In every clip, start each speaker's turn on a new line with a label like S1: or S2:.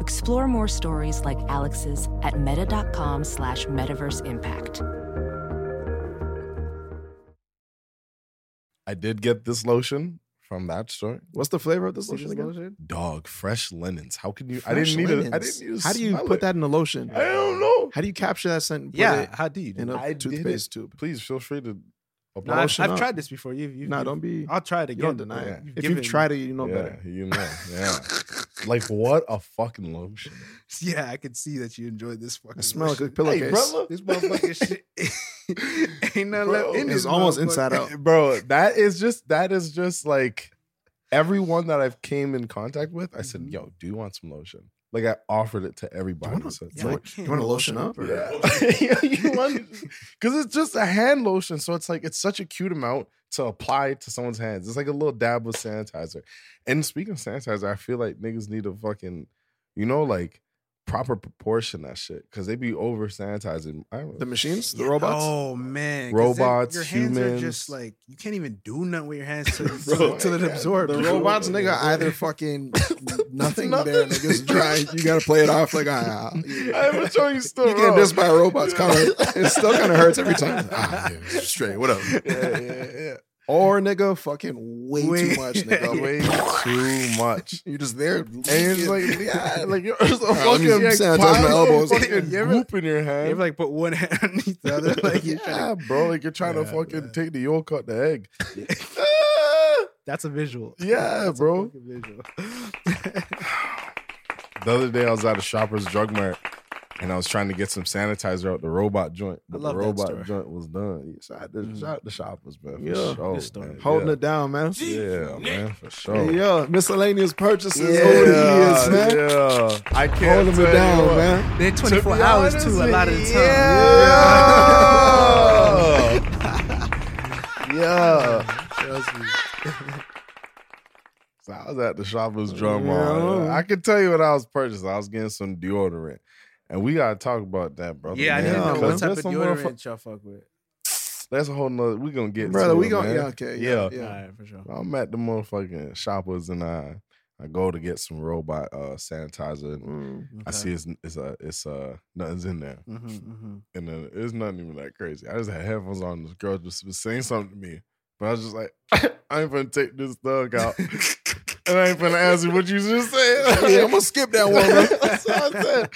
S1: Explore more stories like Alex's at meta.com slash metaverse impact.
S2: I did get this lotion from that store. What's the flavor of this
S3: What's
S2: lotion
S3: this
S2: again?
S3: lotion?
S2: Dog, fresh linens. How can you? I
S3: Fresh
S2: didn't need it. I
S3: linens.
S2: didn't need. to
S3: How do you
S2: smell
S3: put
S2: it.
S3: that in a lotion?
S2: I don't know.
S3: How do you capture that scent? and put
S4: Yeah,
S3: it
S4: how do you? do
S3: in a
S4: that?
S2: I did it.
S3: toothpaste tube.
S2: Please feel free to.
S4: No, I've,
S3: lotion
S4: I've
S3: up.
S4: tried this before. You've, you've,
S3: Nah,
S4: you've-
S3: don't be.
S4: I'll try it
S3: You
S4: again.
S3: don't deny
S2: Yeah.
S3: it. If you've tried it, you know
S2: yeah,
S3: better.
S2: you know. Yeah. like what a fucking lotion.
S4: Yeah, I could see that you enjoyed this fucking.
S3: It smells like a
S4: lotion.
S3: pillowcase.
S2: brother.
S4: This motherfucking shit ain't nothing
S2: Bro,
S4: left in
S3: it's
S4: this.
S3: almost
S4: motherfucker.
S3: inside out.
S2: Eh, bro that is just that is just like everyone that i've came in contact with i said yo do you want some lotion like i offered it to everybody
S3: wanna-
S2: so it's
S4: Yeah, I
S2: like
S4: can't
S3: you want to
S4: even
S3: lotion up? Or?
S2: yeah, Yeah, you want because it's just a hand lotion so it's like it's such a cute amount to apply to someone's hands it's like a little dab of sanitizer and speaking of sanitizer i feel like niggas need a fucking you know like proper proportion that shit because they be over sanitizing I don't
S3: The
S2: know.
S3: machines, the
S4: Yeah,
S3: robots.
S4: Oh man, 'cause that-
S2: Robots,
S4: Your hands are
S2: humans.
S4: just like you can't even do nothing with your hands till
S2: Bro,
S4: till- till it
S2: yeah,
S4: absorbs.
S3: The
S2: The
S3: robots,
S2: robot-
S3: nigga, either fucking nothing,
S2: Nothing.
S3: there, niggas dry. You gotta play it off like, ah, ah, yeah.
S2: I have a show you still
S3: you get
S2: wrong.
S3: dissed by a robot's color. It still kind of hurts every time. Ah, yeah, straight, whatever.
S2: yeah, yeah, yeah.
S3: Or nigga, fucking way
S4: Way-
S3: too much, nigga.
S2: way too much
S3: You're just there. And
S2: And it's like, yeah, like you're just a
S3: Alright, let me
S2: fucking
S3: sanitize my
S2: pile of
S3: elbows.
S2: fucking
S4: You ever-
S2: goop in your
S4: You
S2: hand.
S4: ever like put one hand underneath the other? Like you're trying to-
S2: yeah, bro, like you're trying to
S4: Yeah,
S2: fucking
S4: man.
S2: take the yolk out the egg.
S4: that's a visual.
S2: Yeah,
S4: That's a
S2: bro.
S4: fucking visual.
S2: the other day, I was at a Shoppers Drug Mart, and I was trying to get some sanitizer out the robot joint, but the
S4: love that
S2: robot
S4: store.
S2: joint was done. Shout out to,
S4: Mm.
S2: shout out to Shoppers, man. For
S3: Yeah,
S2: sure,
S4: good story.
S2: man.
S3: holding
S2: yeah.
S3: it down, man.
S2: Yeah, man, for sure.
S3: Yeah, miscellaneous purchases over the years, man.
S2: yeah. I can't
S3: Holding
S2: tell
S3: it
S2: you
S3: down,
S2: what.
S3: man.
S4: They're 24 hours too, a lot of the time.
S2: Yeah. yeah. So I was at the shopper's drum mall.
S3: Yeah.
S2: I can tell you what I was purchasing. I was getting some deodorant. And we gotta talk about that, brother.
S4: Yeah, I
S2: man,
S4: didn't know
S2: because
S4: what type
S2: there's
S4: of
S2: some motherfu-
S4: deodorant y'all fuck with.
S2: That's a whole nother. We gonna get
S3: Brother,
S2: to
S3: we
S2: it,
S3: gonna
S2: man.
S3: yeah, okay, yeah, yeah.
S4: All right, for sure.
S2: I'm at the motherfucking shoppers and I I go to get some robot uh sanitizer. And
S3: Mm.
S2: I see it's it's a it's uh nothing's in there.
S4: hmm hmm
S2: and then it's not even that crazy. I just had headphones on. and This girl just was saying something to me, but I was just like, I ain't gonna take this thug out, and I ain't gonna ask you what you just said.
S3: Yeah, I'm gonna skip that one. man.
S2: That's what I said.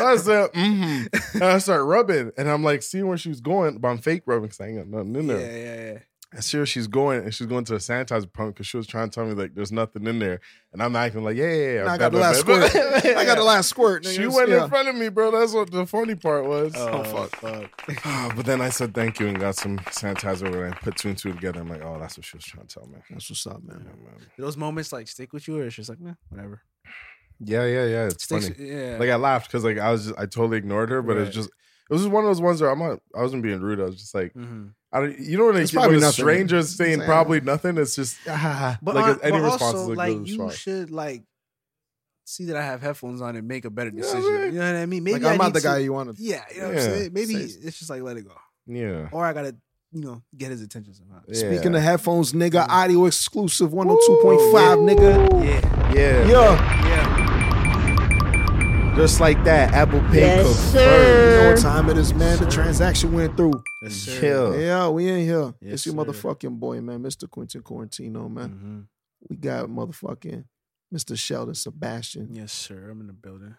S2: So I said, mm-hmm. and I start rubbing, and I'm like seeing where she was going, but I'm fake rubbing because I ain't got nothing in
S4: Yeah,
S2: there.
S4: yeah, yeah.
S2: I see where she's going, and she's going to a sanitizer pump because she was trying to tell me like there's nothing in there, and I'm acting like, yeah, yeah, yeah.
S3: I
S2: blah,
S3: got the
S2: blah,
S3: last
S2: blah, blah.
S3: squirt. I got the last squirt.
S2: She
S3: niggas.
S2: went
S3: Yeah.
S2: in front of me, bro. That's what the funny part was.
S4: Oh, fuck. fuck.
S2: Ah, but then I said thank you and got some sanitizer and I put two and two together. I'm like, oh, that's what she was trying to tell me.
S3: That's what's up,
S2: Yeah,
S3: man.
S2: man.
S4: Those moments like stick with you, or it's just like, nah, whatever.
S2: yeah, yeah. yeah, It's
S4: Sticks,
S2: funny.
S4: yeah.
S2: Like I laughed because like I was just I totally ignored her, but it was
S4: Right.
S2: just it was just one of those ones where I'm not I wasn't being rude. I was just like,
S4: hmm
S2: I don't, you know when,
S3: Mm. It's
S2: like,
S3: probably
S2: when a
S3: nothing.
S2: stranger's saying
S3: Saying-
S2: probably nothing, it's just ah,
S4: But,
S2: like
S4: on-
S2: any
S4: but
S2: response is
S4: also,
S2: a good
S4: like you
S2: response.
S4: should like see that I have headphones on and make a better
S2: Yeah,
S4: decision.
S2: man.
S4: You know what I mean? Maybe
S3: like I'm not
S4: I need
S3: the guy
S4: To,
S3: you want to.
S4: yeah, you know what
S2: Yeah.
S4: I'm saying. Maybe
S3: Say-
S4: it's just like let it go,
S2: yeah.
S4: or I gotta you know get his attention somehow.
S2: yeah.
S3: Oh, Speaking of headphones, nigga, audio exclusive 102.5, nigga.
S4: Yeah,
S2: yeah,
S3: Yeah,
S4: yeah.
S3: just like that. Apple Pay
S5: Yes,
S3: You know
S5: sir.
S3: what time it is, man. The transaction went through.
S4: Yes, sir.
S2: Chill.
S3: Yeah, we in here.
S4: Yes,
S3: it's your
S4: sir.
S3: motherfucking boy, man, Mr. Quentin Quarantino, man.
S4: Mhm.
S3: We got motherfucking Mr. Sheldon Sebastian.
S4: Mm-hmm. Yes, sir. I'm in the building.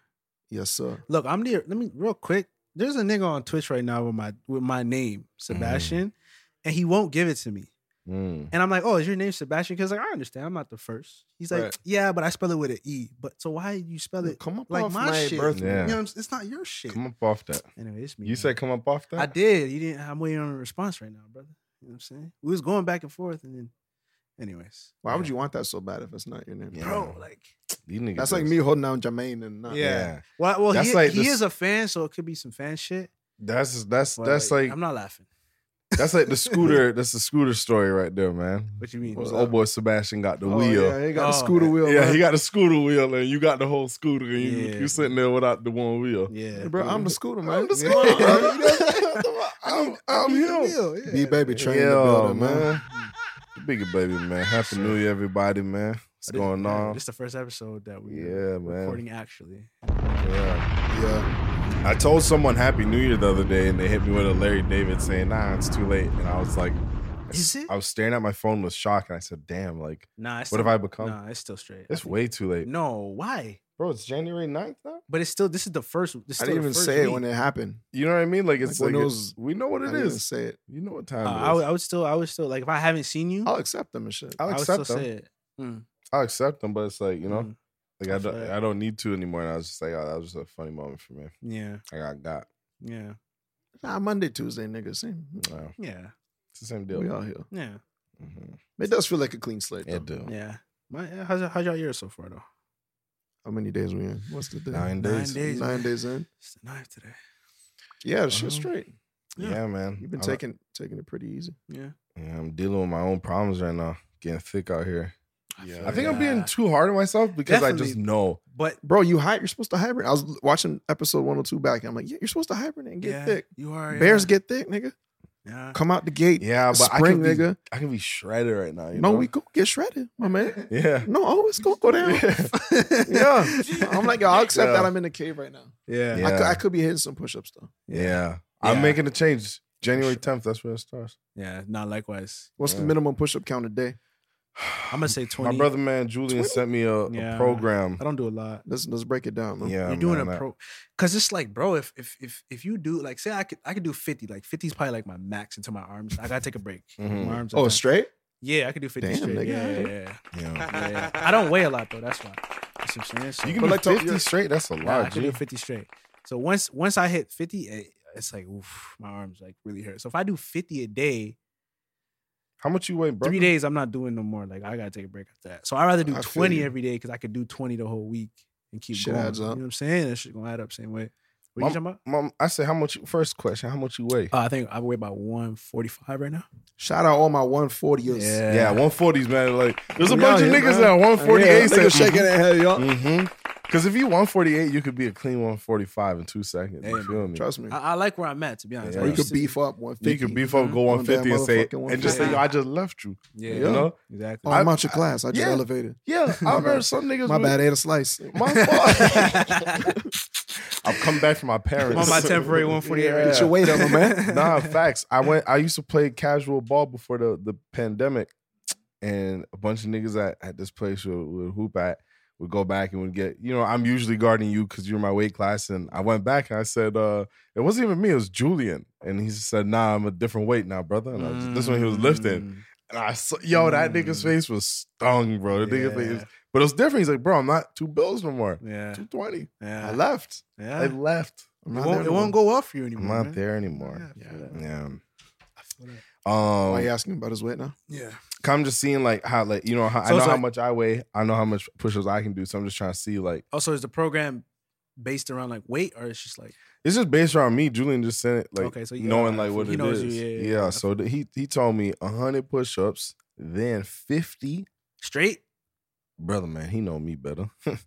S3: Yes, sir.
S4: Look, I'm near. Let me real quick. There's a nigga on Twitch right now with my with my name Sebastian, and he won't give it to me.
S2: Mm.
S4: And I'm like, oh, is your name Sebastian? Because like I understand, I'm not the first. He's like,
S2: Right.
S4: yeah, but I spell it with an e. But so why you spell it?
S3: Come up
S4: like
S3: off
S4: my shit.
S3: birth.
S2: Yeah.
S4: You know, what I'm s- it's not your shit.
S2: Come up off that.
S4: Anyway, it's me.
S2: You
S4: man.
S2: said come up off that.
S4: I did. You didn't. I'm waiting on a response right now, brother. You know what I'm saying? We was going back and forth, and then, anyways.
S3: Why would you want that so bad if it's not your name?
S2: Yeah.
S4: bro? Like,
S2: These niggas
S3: That's like
S2: is-
S3: me holding down Jermaine and not.
S4: Yeah. Well, well,
S2: That's
S4: he,
S2: like
S4: he
S2: this-
S4: is a fan, so it could be some fan shit.
S2: That's that's
S4: but,
S2: that's like
S4: I'm not laughing.
S2: that's like the scooter. That's the scooter story right there, man.
S4: What you mean?
S2: Was old boy Sebastian got the
S3: Oh,
S2: wheel?
S3: Yeah, he got the
S4: Oh.
S3: scooter wheel.
S2: yeah,
S3: man.
S2: he got the scooter wheel, and you got the whole scooter, and you
S4: Yeah.
S2: you sitting there without the one wheel.
S4: Yeah,
S3: Hey, bro, I'm the scooter, man.
S2: I'm the
S3: Yeah.
S2: scooter, bro.
S3: You know?
S2: I'm, I'm him.
S3: B baby train in the
S2: Yeah,
S3: building, man.
S2: man. Bigger baby, man. Happy New Year, everybody, man. What's
S4: This-
S2: going
S4: man,
S2: on?
S4: This is the first episode that we uh,
S2: Yeah, man.
S4: recording actually.
S2: Yeah.
S3: Yeah.
S2: I told someone Happy New Year the other day, and they hit me with a Larry David saying, "Nah, it's too late." And I was like,
S4: Is it?
S2: I was staring at my phone with shock, and I said, "Damn, like,
S4: Nah, it's
S2: what have
S4: still-
S2: I become?"
S4: Nah, it's still straight. I
S2: It's
S4: think-
S2: way too late,
S4: No, why?
S2: bro. It's January 9th now.
S4: But it's still. This is the first. This is
S3: I
S4: still
S3: didn't
S4: the
S3: even
S4: first
S3: say it
S4: week.
S3: when it happened.
S2: You know what I mean? Like, it's
S3: Like,
S2: like,
S3: when it
S2: it's-
S3: was-
S2: we know what
S3: I
S2: it
S3: didn't even
S2: is.
S3: say it.
S2: You know what
S4: Uh,
S2: time it is.
S4: I, would, I would still. I would still like if I haven't seen you.
S3: I'll accept them and shit.
S2: I'll
S4: I would
S2: accept
S4: still
S2: them.
S4: say it.
S2: I'll accept them, but it's like you know,
S4: Mm,
S2: like I
S4: I
S2: don't,
S4: feel that.
S2: I don't need to anymore. And I was just like, oh, that was just a funny moment for me.
S4: yeah,
S2: I got got.
S4: yeah,
S3: Nah, Monday, Tuesday, niggas. Same.
S2: Wow.
S4: yeah,
S2: It's the same deal.
S3: We all here.
S4: yeah,
S2: Mhm.
S3: It does feel like a clean slate.
S2: It
S3: though.
S2: do.
S4: yeah. My, how's how's y'all year so far though?
S3: How many days we in? What's the day?
S2: Nine
S4: Nine
S2: days.
S4: days.
S3: Nine
S4: man.
S3: days in.
S4: It's the ninth today.
S3: Yeah, the shit's
S2: Uh-huh.
S3: straight.
S2: Yeah,
S4: Yeah.
S2: man.
S3: You've been
S2: I'm-
S3: taking taking it pretty easy.
S4: Yeah.
S2: yeah, I'm dealing with my own problems right now. Getting thick out here.
S4: feel
S2: I think I'm
S4: that.
S2: being too hard on myself because I just
S4: Definitely.
S2: know.
S4: But
S3: Bro, you hide. You're supposed to hibernate. I was watching episode 102 back, and I'm like, yeah, you're supposed to hibernate and get
S4: yeah,
S3: thick.
S4: You are
S3: Bears
S4: yeah.
S3: get thick, nigga.
S4: Yeah.
S3: Come out the gate.
S2: Yeah, but
S3: spring,
S2: I can be,
S3: nigga.
S2: I can be shredded right now. You
S3: no,
S2: know?
S3: we go get shredded, my man.
S2: Yeah.
S3: No, oh, it's gonna go down. yeah, I'm like, yo, I'll accept
S2: Yeah.
S3: that I'm in the cave right now.
S4: Yeah.
S3: I, could,
S2: Yeah.
S3: I could be hitting some push-ups though.
S2: Yeah. I'm
S4: Yeah.
S2: making a change. January 10th. That's where it starts.
S4: Yeah. Not likewise.
S3: What's
S2: Yeah.
S3: the minimum push-up count a day?
S4: I'm gonna say
S2: My
S4: 20.
S2: brother, man, Julian sent me a, a
S4: Yeah.
S2: program.
S4: I don't do a lot.
S3: Let's let's break it down. Man.
S2: Yeah,
S4: You're doing
S2: man, I-
S4: a pro, cause it's like, bro, if if if if you do like, say I could I could do 50, like 50 is probably like my max until my arms. I gotta take a break.
S2: Mhm.
S4: My arms. are
S3: Oh,
S4: done.
S3: straight?
S4: Yeah, I could do 50
S3: Damn,
S4: straight.
S3: nigga.
S4: Yeah, yeah, yeah,
S2: Yeah.
S4: yeah. I don't weigh a lot though. That's why. That's what I'm saying. So-
S2: You can
S3: But
S2: do
S3: like,
S2: 50
S3: you're-
S2: straight. That's a
S4: Nah, I
S2: lot,
S4: could do
S2: G.
S4: 50 straight. So once once I hit 50, it, it's like oof, my arms like really hurt. So if I do 50 a day,
S2: How much you weigh, bro?
S4: three days, I'm not doing no more. Like I gotta take a break after that. So I rather do
S3: I feel
S4: 20
S3: you.
S4: every day because I could do 20 the whole week and keep
S3: Shit
S4: going.
S3: adds
S4: You know
S3: up.
S4: what I'm saying? That shit gonna add up same way. What you talking about?
S2: Mom, I said, how much? First question, how much you weigh?
S4: Uh, I think I weigh about 145 right now.
S3: Shout out all my 140ers.
S2: yeah, 140s, man. Like, there's a
S3: We
S2: bunch of
S3: out here,
S2: niggas
S3: man.
S2: that 148
S3: Yeah, niggas shaking their head,
S4: Mm.
S3: y'all.
S2: Mm-hmm. Because if you 148, you could be a clean 145 in two seconds.
S4: Hey,
S2: you feel me?
S3: Trust me.
S4: I, I like where I'm at to be honest.
S2: Yeah.
S3: Or
S4: I
S3: you
S4: used
S3: could
S4: to-
S3: beef up 150.
S2: You could beef
S4: Mm-hmm.
S2: up, go
S3: On that
S2: 150 and say,
S3: motherfucking
S2: and just say,
S4: 150.
S2: yo, I just left you.
S4: Yeah,
S2: You know?
S3: Oh,
S4: exactly.
S3: I'm
S2: I-
S3: out your class. I just
S2: yeah.
S3: elevated.
S2: Yeah, I remember some niggas.
S3: My
S2: would-
S3: bad. I ate a slice.
S2: My fault.
S4: Mm.
S2: I've come back from my parents.
S4: I'm on my temporary 148 right
S2: Yeah.
S3: Get your weight up, my man.
S2: nah, facts. I went. I used to play casual ball before the the pandemic, and a bunch of niggas at, at this place would, would hoop at would go back and would get. You know, I'm usually guarding you because you're my weight class, and I went back and I said, uh, it wasn't even me. It was Julian, and he just said, Nah, I'm a different weight now, brother. And I just- this one he was lifting,
S4: Mm.
S2: and I saw, yo, that nigga's
S4: Mm.
S2: face was stung, bro. The nigga's face, but it was different. He's like, bro, I'm not two bills no more.
S4: Yeah,
S2: Two twenty.
S4: yeah.
S2: I left.
S4: yeah.
S2: I left.
S3: I'm
S4: Ah. it
S3: not
S4: won't,
S3: there
S4: it
S3: no
S4: won't
S3: more.
S4: go up for you
S2: I'm
S4: anymore.
S2: not
S4: man.
S2: there anymore.
S4: Yeah, I feel that.
S2: Yeah.
S4: I feel that.
S2: Um,
S3: Why you asking about his weight now?
S4: Yeah.
S2: I'm just seeing like how like you know how, I
S4: So
S2: know
S4: it's
S2: how
S4: like-
S2: much I weigh. I know how much push-ups I can do. So I'm just trying to see like
S4: Also, Oh, is the program based around like weight, or it's just like
S2: it's just based around me. Julian just sent it like
S4: Okay, so you-
S2: knowing
S4: uh,
S2: like what
S4: he
S2: it
S4: knows you,
S2: is.
S4: yeah, yeah,
S2: yeah
S4: yeah.
S2: so th- he he told me 100 push-ups, then 50.
S4: straight?
S2: Brother man, he know me better. then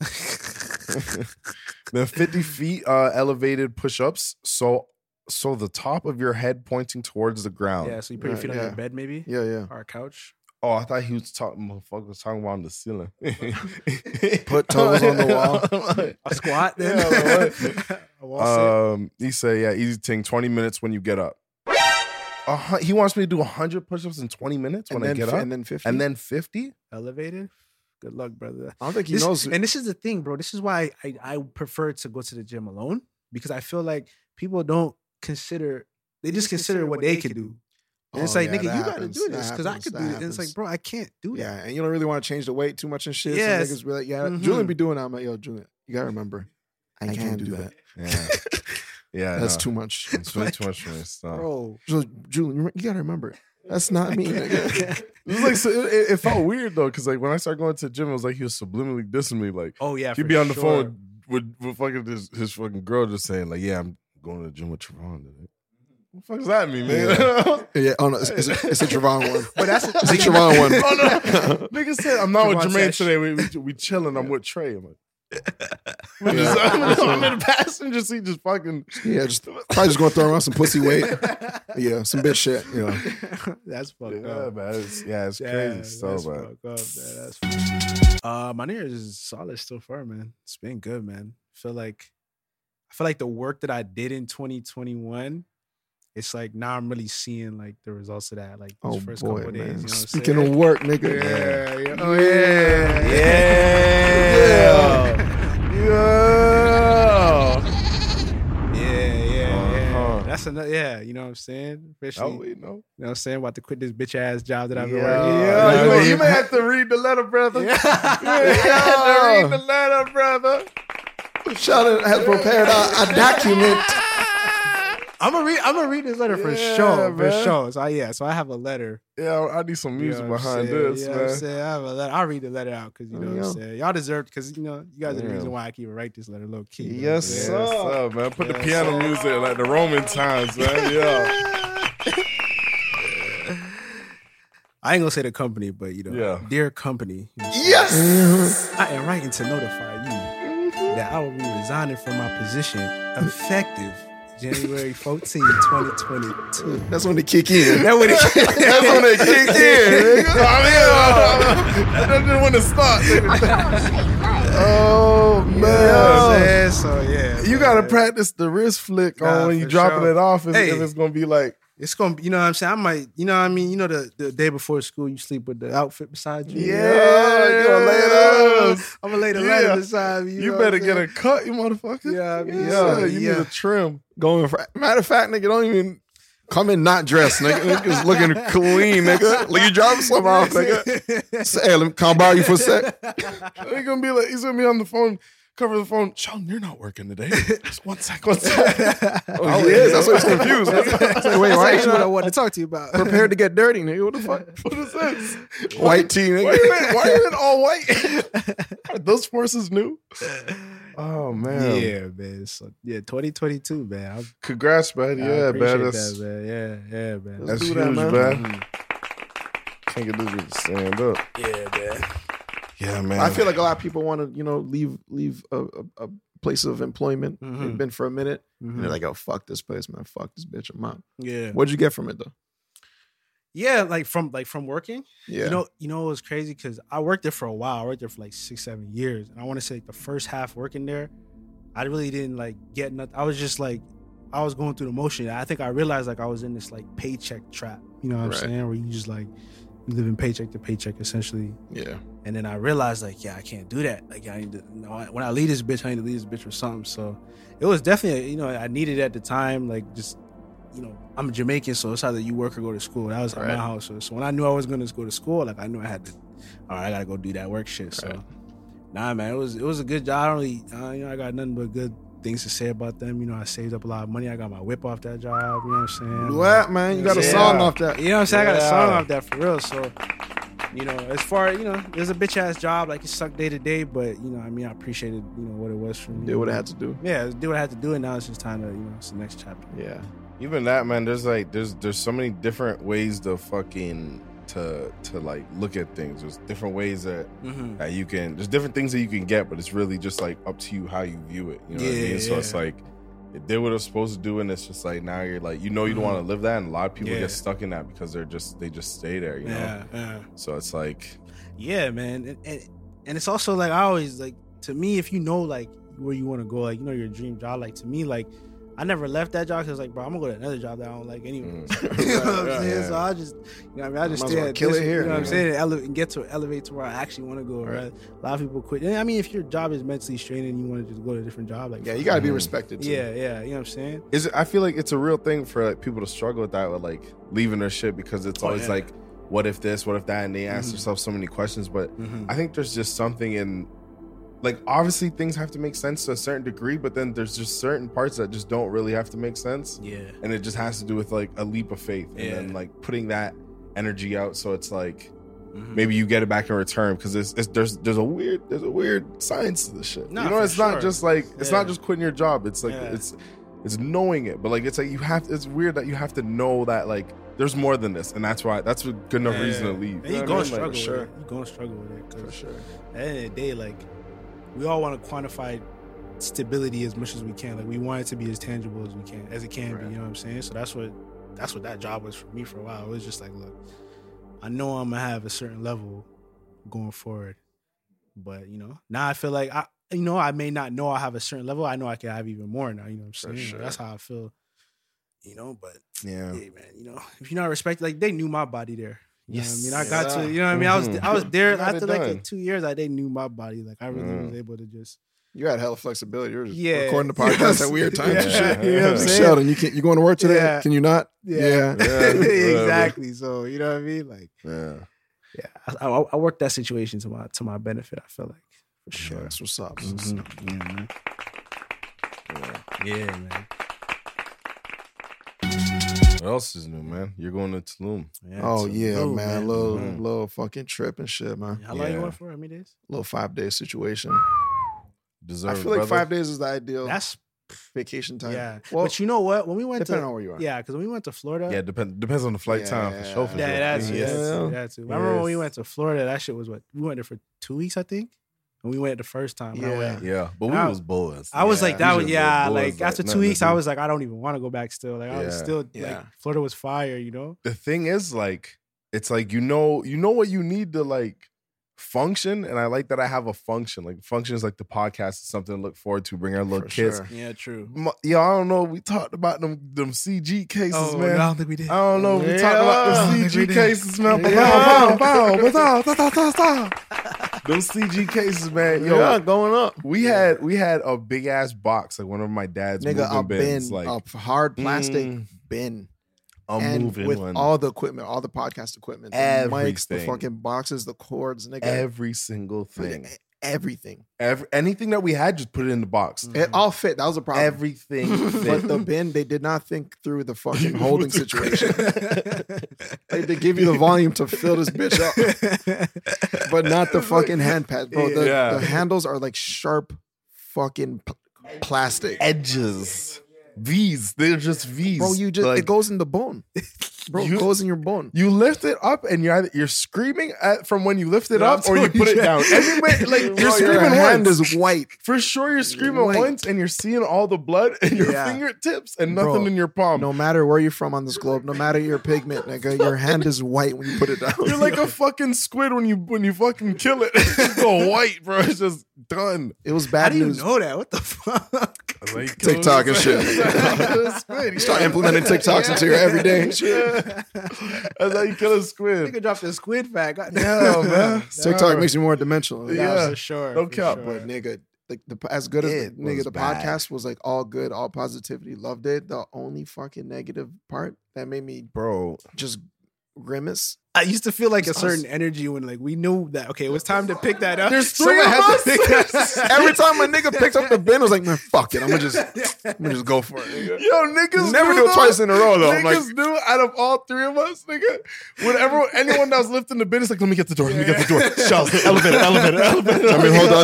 S2: 50 feet uh elevated push-ups. So so the top of your head pointing towards the ground.
S4: Yeah. So you put
S3: Oh,
S4: your
S3: Yeah,
S4: feet on
S3: yeah.
S4: your bed, maybe,
S3: Yeah, yeah.
S4: or a couch.
S2: Oh, I thought he was talking. Motherfucker was talking about on the ceiling.
S3: Put toes on the wall.
S4: A squat. Then.
S2: Yeah, like what?
S4: a wall
S3: Uh,
S4: sit.
S2: Um, he said, yeah, easy thing, 20 minutes when you get up. A hun- he wants me to do 100 push-ups in 20 minutes when
S3: And then,
S2: I get
S3: fi-
S2: up.
S3: and then 50.
S2: And then 50?
S4: Elevated. Good luck, brother.
S3: I don't think he
S4: This-
S3: knows.
S4: and this is the thing, bro. This is why I, I prefer to go to the gym alone because I feel like people don't consider. They just consider what they can do. And it's
S3: Oh,
S4: like,
S3: yeah,
S4: nigga,
S3: that
S4: you gotta
S3: happens,
S4: do
S3: that
S4: this because I
S3: happens,
S4: could do
S3: that
S4: it. And it's
S3: happens.
S4: like, bro, I can't do that.
S3: Yeah, and you don't really want to change the weight too much and shit.
S4: Yes.
S3: So niggas be like, yeah,
S2: Mm-hmm.
S4: Mhm.
S3: Julian be doing that. I'm like, yo, Julian, you gotta remember, I, can't do that.
S2: Yeah. Yeah,
S3: That's
S2: no.
S3: too much.
S2: It's really too
S4: like,
S2: much for me. Stop.
S4: bro.
S3: So, Julian, you- you gotta remember, that's not me. nigga.
S2: It was like so it, it- it felt weird though, because like when I started going to the gym, it was like he was subliminally dissing me. Like
S4: Oh yeah,
S2: he'd
S4: for
S2: be on the
S4: sure.
S2: phone with, with fucking his, his fucking girl, just saying like, "Yeah, I'm going to the gym with Trevon today." What the fuck does that mean, man?
S3: yeah, oh no, it's, it's, a, it's a Javon one.
S4: But that's
S3: It's a Javon one.
S2: Oh, no. Nigga said, "I'm not
S4: Trevon
S2: with Jermaine
S4: Sesh.
S2: today. We, we we chilling. I'm with Trey." I'm like. I'm,
S3: Yeah.
S2: I'm in the passenger seat, just fucking.
S3: Yeah, just probably just gonna throw around some pussy weight. Yeah, some bitch shit. You know.
S4: that's fucked
S2: Yeah,
S4: up.
S2: man. It's, yeah, it's
S4: Yeah,
S2: crazy stuff,
S4: that's
S2: man.
S4: fucked up, man. That's fucked up. Uh, my New Year's is solid so far, man. It's been good, man. I feel like I feel like the work that I did in 2021, it's like now I'm really seeing like the results of that. Like these
S3: Oh
S4: first
S3: boy,
S4: couple of days. You know
S3: man.
S4: what I'm
S3: Speaking
S4: saying?
S3: of work, nigga.
S4: yeah, yeah. Oh
S2: Yeah.
S4: yeah.
S2: Yeah. Yeah.
S4: Yeah, yeah, yeah.
S2: Uh-huh.
S4: That's another yeah, you know what I'm saying? Officially,
S2: Oh,
S4: you
S2: wait, no.
S4: know what I'm saying? About to quit this bitch ass job that I've been working.
S2: Yeah,
S3: Yeah,
S2: you,
S3: yeah.
S2: may- you may have to read the letter, brother. You may have to read the letter, brother.
S3: Shout out, had prepared a, a document.
S4: I'm gonna read I'm gonna read this letter for
S2: Yeah,
S4: sure. For
S2: man.
S4: sure. So I, yeah, so I have a letter.
S2: Yeah, I- I need some
S4: You know
S2: music
S4: what I'm
S2: behind
S4: saying?
S2: this,
S4: You know what I'm
S2: man.
S4: saying? I have a letter. I'll read the letter out because you know what
S3: Yeah.
S4: I'm saying. Y'all deserve because you know you guys are the
S2: Yeah.
S4: reason why I keep write this letter low key. you know what I'm
S2: Yes,
S4: saying?
S2: sir. man. Put the
S4: Yes,
S2: piano
S4: sir.
S2: music like the Roman times, man. Yeah.
S4: I ain't gonna say the company, but you know,
S2: Yeah.
S4: dear company, you know,
S2: Yes. Mm-hmm.
S4: I am writing to notify you that I will be resigning from my position effective January 14, 2022.
S3: That's when they kick in.
S4: That would
S2: That's when they kick in. nigga. I'm in. I didn't want to start. nigga. Oh man.
S4: So yeah,
S2: You
S4: so,
S2: gotta
S4: yeah.
S2: practice the wrist flick
S4: Nah,
S2: on when you
S4: for
S2: dropping
S4: sure.
S2: it off. If,
S4: Hey.
S2: if it's gonna be like,
S4: It's gonna, be- you know what I'm saying. I might, you know what I mean. You know the, the day before school, you sleep with the outfit beside you.
S2: Yeah,
S4: you gonna lay it
S2: yes.
S4: I'm gonna lay the
S2: Yeah.
S4: letter beside me. You,
S2: you,
S4: know what
S2: better
S4: I'm
S2: get a
S4: saying?
S2: cut, you motherfucker.
S4: Yeah, I mean,
S2: yeah.
S4: so,
S2: you
S4: yeah.
S2: need a trim.
S3: Going for matter of fact, nigga, don't even come in not dressed, nigga. Nigga's looking clean, nigga. Like you dropping something off, nigga. Say, hey, let me come borrow you for a sec.
S2: He's gonna be like, he's gonna be on the phone, cover the phone. Sean, you're not working today. Just one sec, one sec.
S3: Oh, he is. That's why he's confused. It's like, wait,
S4: That's
S3: why
S4: actually what I
S3: you
S4: wanted to talk to you about.
S3: prepared to get dirty, nigga? What the fuck?
S2: what is this?
S3: White tee,
S2: Why are you
S3: nigga.
S2: in, why you in all white? Are those forces new? Oh man.
S4: Yeah, man. So, yeah, 2022, man. I'm,
S2: Congrats, man.
S4: I
S2: Yeah,
S4: appreciate
S2: man. That's,
S4: that, man. Yeah, yeah, man.
S2: that's
S3: do
S2: huge,
S3: that,
S2: man.
S3: man. Mm-hmm.
S2: Can't get this dude to stand up.
S4: Yeah, man.
S2: Yeah, man.
S3: I feel like a lot of people want to, you know, leave leave a, a, a place of employment. They've
S4: Mhm.
S3: been for a minute.
S4: Mhm.
S3: And they're like, oh, fuck this place, man. Fuck this bitch. I'm out.
S4: Yeah,
S3: What'd you get from it, though?
S4: yeah. Like from like from working.
S3: Yeah.
S4: You know, you know, it was crazy because I worked there for a while. I worked there for like six, seven years, and I want to say like the first half working there, I really didn't like get nothing. I was just like, I was going through the motion. I think I realized like I was in this like paycheck trap. You know what I'm
S3: Right.
S4: saying? Where you just like you living paycheck to paycheck essentially.
S3: yeah.
S4: And then I realized like, yeah, I can't do that. Like I need to you know, I- when I leave this bitch, I need to leave this bitch with something. So it was definitely you know I needed it at the time like just. You know, I'm Jamaican, so it's either you work or go to school. That was at my
S3: Right.
S4: house. So, so when I knew I was going to go to school, like I knew I had to, all right, I gotta go do that work shit. So,
S3: Right.
S4: nah, man, it was it was a good job. I don't really, uh, you know, I got nothing but good things to say about them. You know, I saved up a lot of money. I got my whip off that job. You know what I'm saying?
S3: What, man? You got a
S2: Yeah.
S3: song off that.
S4: You know what I'm saying? I got a song
S2: Yeah.
S4: off that for real. So, you know, as far you know, it was a bitch ass job. Like it sucked day to day, but you know, I mean, I appreciated you know what it was for me.
S3: Did what I had to do.
S4: Yeah, do what I had to do, and now it's just time to you know it's the next chapter.
S3: Yeah.
S2: even that man there's like there's there's so many different ways to fucking to to like look at things there's different ways that,
S4: Mm-hmm.
S2: that you can there's different things that you can get but it's really just like up to you how you view it you know what i
S4: Yeah,
S2: mean so it's
S4: yeah.
S2: like it did what it was supposed to do and it's just like now you're like you know you don't
S4: Mhm.
S2: want to live that and a lot of people
S4: Yeah.
S2: get stuck in that because they're just they just stay there you know
S4: Yeah, yeah.
S2: so it's like
S4: Yeah, man, and, and and it's also like I always like to me if you know like where you want to go, like you know your dream job. Like to me, like I never left that job because like bro, I'm gonna go to another job that I don't like anyway.
S2: mm.
S4: you know what
S2: Yeah,
S4: I'm saying?
S2: yeah.
S4: So I just, you know, what I mean, I just
S3: Might as
S4: stay
S3: well
S4: at
S3: kill
S4: this-
S3: it here,
S4: You know what I'm
S3: yeah.
S4: saying? And, ele- and get to elevate to where I actually want to go.
S3: Right.
S4: Right. A lot of people quit. And I mean, if your job is mentally straining, and you want to just go to a different job. Like,
S3: Yeah, you
S4: fine.
S3: got to be
S2: Mhm.
S3: respected. Too.
S4: yeah, yeah. You know what I'm saying?
S2: Is it, I feel like it's a real thing for like people to struggle with that with like leaving their shit because it's
S4: Oh,
S2: always
S4: yeah.
S2: like what if this, what if that, and they ask
S4: Mhm.
S2: themselves so many questions. But
S4: Mm-hmm.
S2: I think there's just something in like obviously things have to make sense to a certain degree, but then there's just certain parts that just don't really have to make sense.
S4: Yeah.
S2: And it just has to do with like a leap of faith and then
S4: Yeah.
S2: like putting that energy out so it's like
S4: Mhm.
S2: maybe you get it back in return because it's, it's there's there's a weird there's a weird science to this shit.
S4: Nah,
S2: you know,
S4: for
S2: it's
S4: sure.
S2: not just like it's not
S4: Yeah.
S2: just quitting your job. It's like
S4: Yeah.
S2: it's it's knowing it, but like it's like you have. It's weird that you have to know that like there's more than this, and that's why that's a good enough reason to leave.
S4: And you
S2: know
S4: gonna
S2: what I mean?
S4: struggle
S2: Like,
S4: with it. You gonna struggle with it. 'cause
S2: for sure.
S4: At the end of the day, like we all want to quantify stability as much as we can. Like we want it to be as tangible as we can, as it can be. You know what I'm saying? So that's what that's what that job was for me for a while. It was just like, look, I know I'm gonna have a certain level going forward, but you know, now I feel like I, you know, I may not know I have a certain level. I know I can have even more now. You know what I'm saying? Like,
S2: sure.
S4: That's how I feel. You know, but
S2: Yeah.
S4: hey man, you know, if you're not respected, like they knew my body there. You
S2: Yes.
S4: know what I mean, I got
S2: Yeah.
S4: to, you know what I mean. I was,
S2: Mhm.
S4: I was there
S2: You got it
S4: after like
S2: done.
S4: two years. Like they knew my body. Like I really
S2: Mm.
S4: was able to just,
S3: You had hella flexibility. You were just
S4: Yeah.
S3: recording the podcast
S4: Yes.
S3: at weird times
S2: Yeah.
S3: and shit.
S4: You know what I'm
S3: Like,
S4: saying?
S3: Sheldon, you can't. You going to work today?
S4: Yeah.
S3: Can you not?
S4: yeah,
S2: Yeah, whatever.
S4: exactly. So you know what I mean. Like,
S2: Yeah.
S4: yeah, I, I, I worked that situation to my to my benefit. I feel like for
S3: Sure.
S4: sure.
S3: That's what's up.
S4: Yeah, man. Yeah, man.
S2: What else is new, man? You're going to Tulum.
S4: Yeah,
S3: Oh
S4: so-
S3: yeah,
S4: Ooh,
S3: man. Little
S2: Mhm.
S3: little fucking trip and shit, man.
S4: How long you
S2: Yeah.
S4: want for? How many days?
S3: Little five day situation.
S2: Deserve.
S3: I
S2: it,
S3: feel like
S2: brother.
S3: five days is the ideal
S4: That's
S3: vacation time.
S4: yeah.
S3: Oh, Well,
S4: but you know what? When we went
S3: depending
S4: to
S3: on where you are.
S4: yeah, because when we went to Florida,
S2: Yeah, depend, depends on the flight time for sure. For
S3: Yeah,
S2: sure.
S4: Yeah, that's
S3: Yeah.
S4: yeah. that's that's it. I remember when we
S2: Yes.
S4: went to Florida, that shit was what we went there for two weeks, I think. And we went the first time. and I,
S3: Yeah.
S4: went.
S2: Yeah, but
S4: I-
S2: we was boys.
S4: I was like,
S3: Yeah.
S4: that
S2: We
S4: was
S2: just
S4: yeah,
S2: boys,
S4: like after two
S2: nothing to
S4: weeks, I
S2: do.
S4: was like, I don't even want to go back still. Like I was
S2: Yeah.
S4: still like
S3: Yeah.
S4: Florida was fire, you know?
S2: the thing is like it's like you know you know what you need to like function and i like that i have a function like function is like the podcast is something to look forward to bring our little
S3: For
S2: kids
S3: sure.
S4: Yeah, true.
S2: Mu- yo i don't know we talked about them them cg cases
S4: Oh,
S2: man
S4: I don't think we did.
S2: I don't know. if We talked about
S4: Yeah.
S2: them
S4: We
S2: CG
S4: did.
S2: cases, man. Bow,
S3: Yeah.
S2: bow, bow, bow, bow, bow, bow, bow, bow. Those CG cases, man. Yo,
S3: yeah, going up.
S2: we had we had a big ass box, like one of my dad's
S3: Nigga,
S2: moving
S3: a
S2: bins,
S3: bin,
S2: like
S3: a hard plastic
S2: Mm.
S3: bin,
S2: a
S3: and
S2: moving
S3: with
S2: one.
S3: all the equipment, all the podcast equipment, the mics, the
S2: Everything.
S3: fucking boxes, the cords, nigga,
S2: every single
S3: Nigga,
S2: thing.
S3: everything.
S2: Every, anything that we had, just put it in the box.
S3: It all fit. That was a Mm. problem.
S2: Mm. Everything.
S3: but the bin, they did not think through the fucking holding situation. like they give you the volume to fill this bitch up, but not the fucking hand pad, bro. The,
S2: Yeah.
S3: the handles are like sharp, fucking pl- plastic.
S2: edges. V's. They're just V's.
S3: Bro, you just
S2: Like,
S3: it goes in the bone, bro. it
S2: You-
S3: goes in your bone.
S2: You lift it up, and you're either, you're screaming at, from when you lift it up, or you put it down. Everybody, like you're
S3: Bro, your
S2: screaming
S3: hand
S2: once.
S3: is white.
S2: For sure, you're screaming
S3: Wait.
S2: once, and you're seeing all the blood in your
S3: Yeah.
S2: fingertips, and nothing
S3: Bro,
S2: in your palm.
S3: No matter where you're from on this globe, no matter your pigment, nigga, your hand is white when you put it down.
S2: You're like a fucking squid when you when you fucking kill it. It's just go white, bro. It's just done.
S3: it was bad news.
S4: know that? What the fuck?
S3: TikTok and shit.
S2: squid,
S3: Start
S2: yeah.
S3: implementing TikToks into your everyday shit.
S2: That's how you kill a squid.
S4: Nigga dropped the squid back. God-
S2: Yeah, man.
S3: TikTok makes you more dimensional.
S2: Yeah.
S4: for sure.
S2: No
S4: for
S2: cap,
S4: sure.
S3: but nigga, like the as good as
S2: It
S3: the, nigga,
S2: was
S3: the
S2: bad.
S3: podcast was like all good, all positivity, loved it. The only fucking negative part that made me
S2: bro.
S3: just grimace.
S4: I used to feel like a
S3: It's us.
S4: certain energy when like we knew that okay, it was time to pick that up.
S2: There's
S4: Someone
S2: three of
S4: had
S2: us.
S4: to pick that up.
S3: Every time a nigga picked up the bin, I was like, man, fuck it, I'm gonna just, I'm gonna just go for it.
S2: Yo,
S3: Nigga.
S2: niggas
S3: Never
S2: knew
S3: do it
S2: though.
S3: twice in a row though. I'm
S2: Niggas
S3: like,
S2: knew out of all three of us, nigga. Whenever anyone that was lifting the bin, it's like, let me get the door, let me get the door. Shells, elevator, elevator, elevator.
S3: let me hold the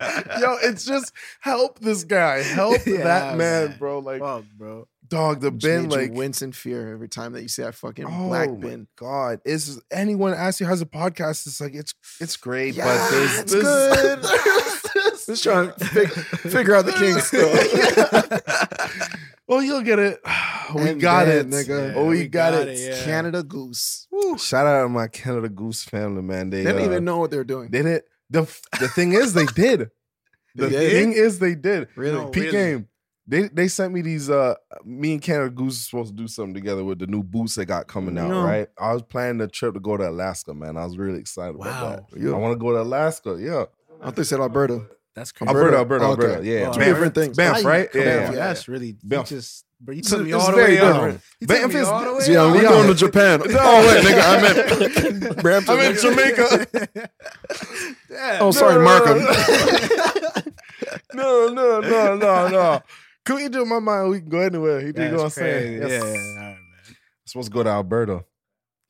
S3: other end.
S2: Yo, it's just help this guy, help
S4: Yeah,
S2: that man,
S4: man.
S2: bro. Like,
S4: Fuck, bro.
S2: dog, the
S3: Just
S2: bin,
S3: made you
S2: like,
S3: wince in fear every time that you see that fucking
S2: Oh
S3: black
S2: my
S3: bin.
S2: God, it's just- anyone asks you how's a podcast? It's like it's it's great,
S3: Yeah,
S2: but there's
S3: it's
S2: this,
S3: good.
S2: there's
S3: Just
S2: this-
S3: trying to fig- figure out the king still.
S2: well, you'll get it. We
S3: And
S2: got
S3: then,
S2: it,
S3: nigga.
S2: Oh, we,
S4: we
S2: got,
S4: got
S2: it.
S4: it, yeah.
S3: Canada Goose.
S2: Shout out to my Canada Goose family, man. They,
S3: They didn't
S2: uh,
S3: even know what they were doing.
S2: They did. The f- the thing is, they did. The
S3: They did?
S2: thing is, they did.
S3: Really?
S4: No.
S2: P
S4: Really?
S2: game. They they sent me these. Uh, me and Canada Goose is supposed to do something together with the new boots they got coming out.
S3: No.
S2: Right. I was planning a trip to go to Alaska, man. I was really excited about that.
S3: Wow.
S2: I want to go to Alaska. Yeah,
S3: I thought they said Alberta.
S4: That's
S2: Alberta, Alberta,
S3: Okay.
S2: Alberta. Yeah,
S3: Two
S2: Banff.
S3: different things.
S2: Banff, right?
S3: Come
S2: Yeah, yeah.
S3: on,
S4: That's really you
S2: Bamf.
S4: just But you
S2: It's-
S4: took me
S2: it's
S4: all the
S2: very
S4: way up.
S2: different.
S4: You took me
S2: Banff is-
S4: all the way
S2: Wait,
S3: yeah,
S2: no,
S3: we
S2: no.
S3: going to Japan. Oh wait, nigga, I meant Brampton.
S2: I'm in Jamaica.
S3: Oh,
S2: No,
S3: sorry,
S2: no, no,
S3: Markham.
S2: no, no, no, no, no. Could we do my mind? We can go anywhere. You dig
S4: That's
S2: what I'm saying?
S4: crazy.
S2: Yes.
S4: Yeah, yeah, all right, man.
S2: Supposed to go to Alberta.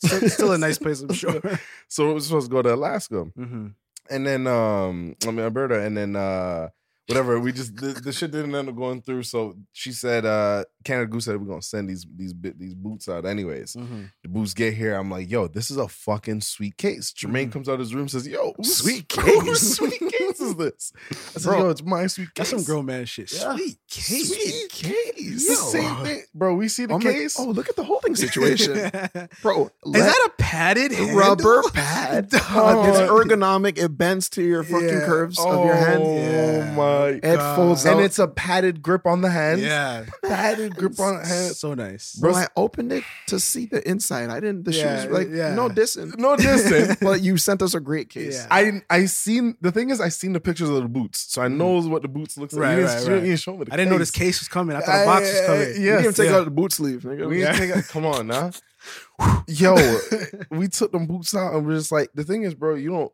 S4: Still, still a nice place, I'm sure.
S2: So we're supposed to go to Alaska,
S4: mm-hmm.
S2: and then um, I mean Alberta, and then uh, whatever. We just the, the shit didn't end up going through. So she said, uh, Canada Goose said we're gonna send these these bit these boots out anyways. The boots get here. I'm like, yo, this is a fucking sweet case. Jermaine comes out of his room, says, yo, who's-
S3: Sweet
S2: whose
S3: case?
S2: sweet case is this? I said,
S3: Bro,
S2: yo, it's my sweet case.
S4: That's some grown man shit. Sweet case.
S2: Sweet case.
S3: Yo.
S2: The same thing, bro. We see the
S3: I'm like,
S2: case.
S3: oh, look at the holding situation, bro.
S4: Is that a padded handle?
S3: rubber pad? Dog, it's
S2: Dog.
S3: ergonomic. It bends to your fucking
S4: Yeah.
S3: curves of your hand.
S2: Oh my!
S3: It
S4: God.
S3: folds
S2: and
S3: out.
S2: it's a padded grip on the hand.
S4: Yeah.
S2: padded grip on the hand.
S4: So nice.
S3: Bro, I opened it to see the inside. I didn't. The
S4: Yeah,
S3: shoes, like,
S4: yeah.
S3: no dissing.
S2: No distance.
S3: but you sent us a great case.
S4: Yeah.
S2: I I seen the thing is I seen the pictures of the boots, so I knows what the boots looks like.
S4: Right,
S2: you, didn't,
S4: right,
S2: you didn't
S4: right.
S2: even show me. The
S4: I didn't know this case was coming. I thought a box was coming.
S2: I-
S3: You
S2: Yes,
S3: didn't even take
S4: yeah.
S3: out the boot sleeve, nigga.
S2: We didn't take out- come on, nah. Yo, we took them boots out and we're just like the thing is, bro. You don't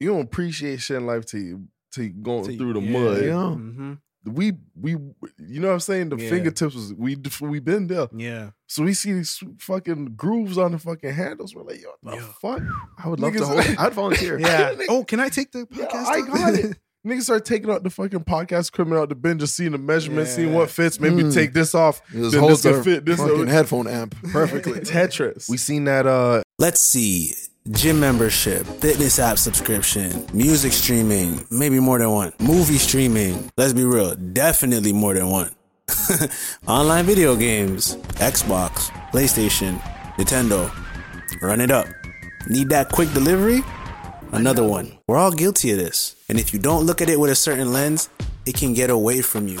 S2: you don't appreciate shit in life till you till you going
S4: So,
S2: through the
S4: yeah.
S2: mud.
S3: Yeah.
S4: Mhm.
S2: We we you know what I'm saying. The
S4: Yeah.
S2: fingertips was we we been there.
S4: Mm-hmm. Yeah.
S2: So we see these fucking grooves on the fucking handles. We're like, yo, what the
S4: Yo.
S2: fuck?
S3: I would love to
S2: Niggas-
S3: hold. I'd volunteer.
S4: Yeah.
S2: Nigga-
S4: oh, can I take the
S2: Yeah,
S4: podcast?
S2: I
S4: off?
S2: got it. Niggas start taking out the fucking podcast equipment out the bin, just seeing the measurements, seeing
S4: Yeah.
S2: what fits. Maybe
S3: Mm.
S2: take this off.
S3: This
S2: Then
S3: holds
S2: this can
S3: a
S2: fit this
S3: fucking
S2: over-
S3: headphone amp perfectly.
S2: Tetris. We seen that uh
S6: Let's see. Gym membership, fitness app subscription, music streaming, maybe more than one. Movie streaming, let's be real, definitely more than one. Online video games, Xbox, PlayStation, Nintendo. Run it up. Need that quick delivery? Another one. We're all guilty of this. And if you don't look at it with a certain lens, it can get away from you.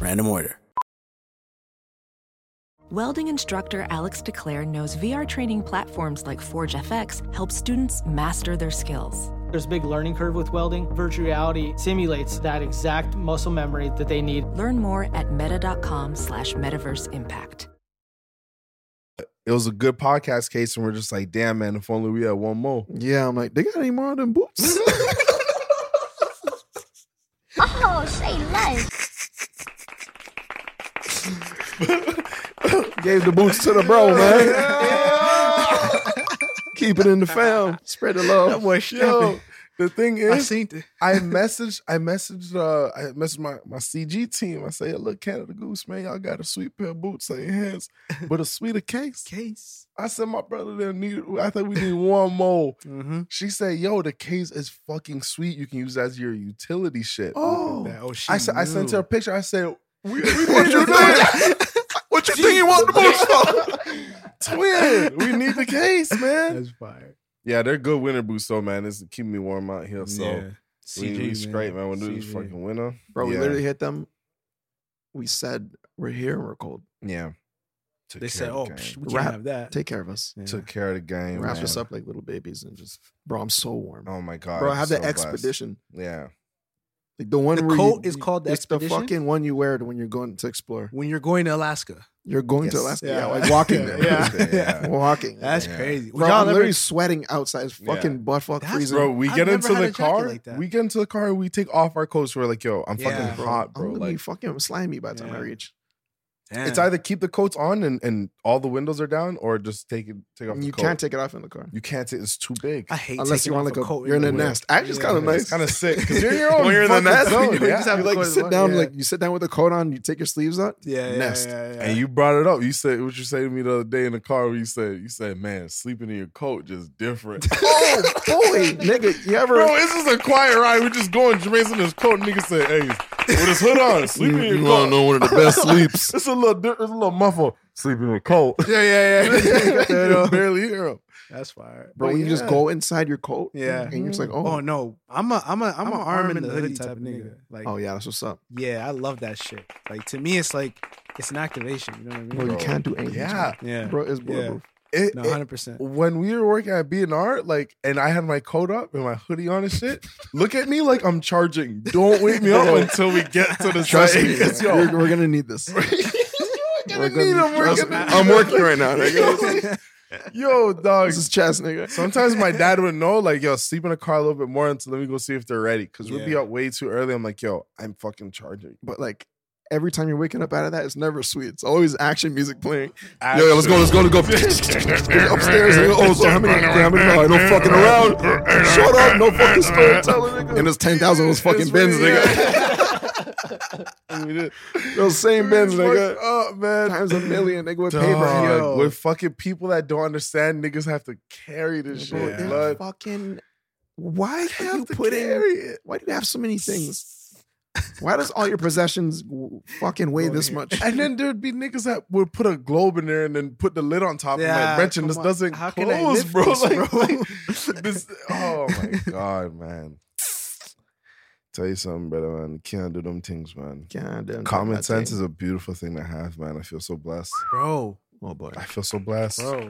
S6: random order.
S1: Welding instructor Alex DeClaire knows VR training platforms like Forge FX help students master their skills.
S7: There's a big learning curve with welding. Virtual reality simulates that exact muscle memory that they need.
S1: Learn more at meta.com slash metaverse impact.
S2: it was a good podcast case, and we're just like, damn man, if only we had one more.
S3: Yeah, I'm like, they got any more of them boots?
S8: Oh, say less.
S3: Gave the boots to the bro, man. Keep it in the fam. Spread the love.
S4: boy
S2: Yo, the thing
S4: I
S2: is,
S4: seen it.
S2: I messaged, I messaged, uh, I messaged my, my CG team. I say, look, Canada Goose, man, y'all got a sweet pair of boots on your hands, but a sweeter case.
S4: Case.
S2: I said, my brother didn't need. I think we need one more.
S4: Mm-hmm.
S2: She said, yo, the case is fucking sweet. You can use that as your utility shit.
S3: Oh,
S4: Oh, she
S2: I said, I sent her a
S4: knew.
S2: picture. I said, we, we want you to
S3: what you think you want the boots for?
S2: twin. We need the case, man.
S4: That's fire.
S2: Yeah, they're good winter boots though, man. It's keeping me warm out here. So
S4: Yeah.
S2: we,
S4: CG,
S2: we straight, man. We're doing this
S4: CG.
S2: fucking winter,
S3: Bro, we
S2: yeah.
S3: literally hit them. We said we're here and we're cold.
S2: Yeah. Took
S4: They
S2: care
S4: said,
S2: of the
S4: "Oh,
S2: game.
S4: psh, we
S3: Rap-
S4: can't have that."
S3: Take care of us.
S4: Yeah.
S2: took care of the game.
S3: Wrap
S2: man.
S3: us up like little babies and just, bro, I'm so warm.
S2: Oh my god,
S3: bro, I have
S2: so
S3: the
S2: blessed.
S3: expedition.
S2: Yeah,
S3: Like the one
S4: The
S3: where you-
S4: coat is
S3: you-
S4: called the
S3: it's
S4: Expedition?
S3: the fucking one you wear when you're going to explore.
S4: when you're going to Alaska.
S3: You're going to
S2: Yes.
S3: Alaska,
S4: Yeah.
S3: yeah, like walking
S4: Yeah.
S3: there,
S4: Yeah.
S2: Yeah.
S3: walking.
S4: That's
S2: Yeah.
S4: crazy.
S3: Bro,
S4: Would y'all
S3: I'm
S4: ever-
S3: literally sweating outside. It's
S2: Yeah.
S3: fucking butt fuck
S4: That's-
S3: freezing.
S2: bro. We
S4: I've
S2: get
S4: never
S2: into
S4: had a
S2: the
S4: jacket
S2: car.
S4: like that.
S2: we get into the car. and We take off our coats. We're like, yo, I'm
S4: Yeah.
S2: fucking hot, bro.
S3: I'm gonna be
S2: Like,
S3: fucking slimy by the time I
S4: Yeah.
S3: reach.
S4: Damn.
S2: It's either keep the coats on and, and all the windows are down, or just take it take off.
S3: You
S2: the coat.
S3: can't take it off in the car.
S2: You can't. Take, it's too big.
S4: I hate
S3: Unless you
S4: taking
S3: want
S4: off
S3: like a
S4: coat
S3: you're in a
S4: the winter.
S3: nest. Actually, it's kind of nice.
S2: It's kind of sick because you're in your own.
S3: when you're in the
S2: fucking
S3: nest,
S2: zone,
S3: you,
S2: yeah.
S3: just have you like
S2: Like,
S3: sit down like you sit down with a coat on, you take your sleeves out.
S4: Yeah, yeah,
S3: nest.
S4: yeah, yeah.
S2: And you brought it up. You said what you said to me the other day in the car. Where you said you said, "Man, sleeping in your coat just different."
S3: Oh boy, nigga, you ever?
S2: Bro, this is a quiet ride. We're just going. Jermaine's in his coat. Nigga said, "Hey, with his hood on, sleeping in your coat."
S3: wanna one of the best sleeps.
S2: It's a little, di- it's a little muffle. Sleeping in a coat.
S4: yeah, yeah,
S2: you
S4: yeah.
S2: can barely hear him.
S4: That's fire,
S3: Bro, when you just go inside your coat,
S4: Yeah.
S3: and you're just like,
S4: Oh
S3: oh,
S4: no, I'm a I'm a I'm, a arm, in the hoodie type of nigga. Like,
S3: oh yeah, that's what's up.
S4: yeah, I love that shit. Like to me, it's like it's an activation. You know what I mean?
S3: Bro, you can't do anything.
S2: Yeah,
S4: Yeah,
S3: bro, it's
S4: Yeah.
S3: bulletproof.
S2: It-
S4: no,
S2: it-
S4: hundred percent.
S2: when we were working at B&R, like, and I had my coat up and my hoodie on and shit, look at me like I'm charging. Don't wake me up until we get to the
S3: Trust
S2: site.
S3: me,
S2: 'Cause, yo,
S3: we're, we're gonna need this.
S2: gonna
S3: we're gonna
S2: need
S3: need-
S2: him, we're
S3: trust
S2: gonna-
S3: me, I'm working right now. Nigga.
S2: yo, dog.
S3: this is chess, nigga.
S2: Sometimes my dad would know, like, yo, sleep in the car a little bit more until let me go see if they're ready. Cause we'd be
S4: Yeah.
S2: up way too early. I'm like, yo, I'm fucking charging.
S3: but like every time you're waking up out of that, it's never sweet. It's always action music playing.
S2: Action.
S3: Yo, yo, let's go, let's go, let's go. Upstairs, nigga. Oh, so how many? How many? No, no fucking around. Shut up, no fucking storytelling, nigga. And it's ten thousand of those fucking bins, nigga. those same bins, nigga.
S2: Oh, man.
S3: Times a million, nigga. With
S2: Dog,
S3: paper, yo.
S2: With fucking people that don't understand, niggas have to carry this
S3: Bro,
S2: shit.
S3: they're
S2: blood.
S3: Fucking. Why
S2: You
S3: have you
S2: to
S3: put
S2: carry
S3: in?
S2: it.
S3: Why do you have so many things? Why does all your possessions w- fucking weigh this much?
S2: And then there'd be niggas that would put a globe in there and then put the lid on top. Yeah,
S4: Yeah,
S2: like, Gretchen,
S4: come
S2: this
S4: on.
S2: doesn't
S4: How can I
S2: close,
S4: lift
S2: bro.
S4: this,
S2: Like,
S4: bro?
S2: like, this, oh my god, man. Tell you something, brother, man. You can't do them things, man.
S3: God damn,
S2: Common
S3: that
S2: sense
S3: thing.
S2: is a beautiful thing to have, man. I feel so blessed.
S4: bro,
S3: Oh boy.
S2: I feel so blessed.
S4: bro.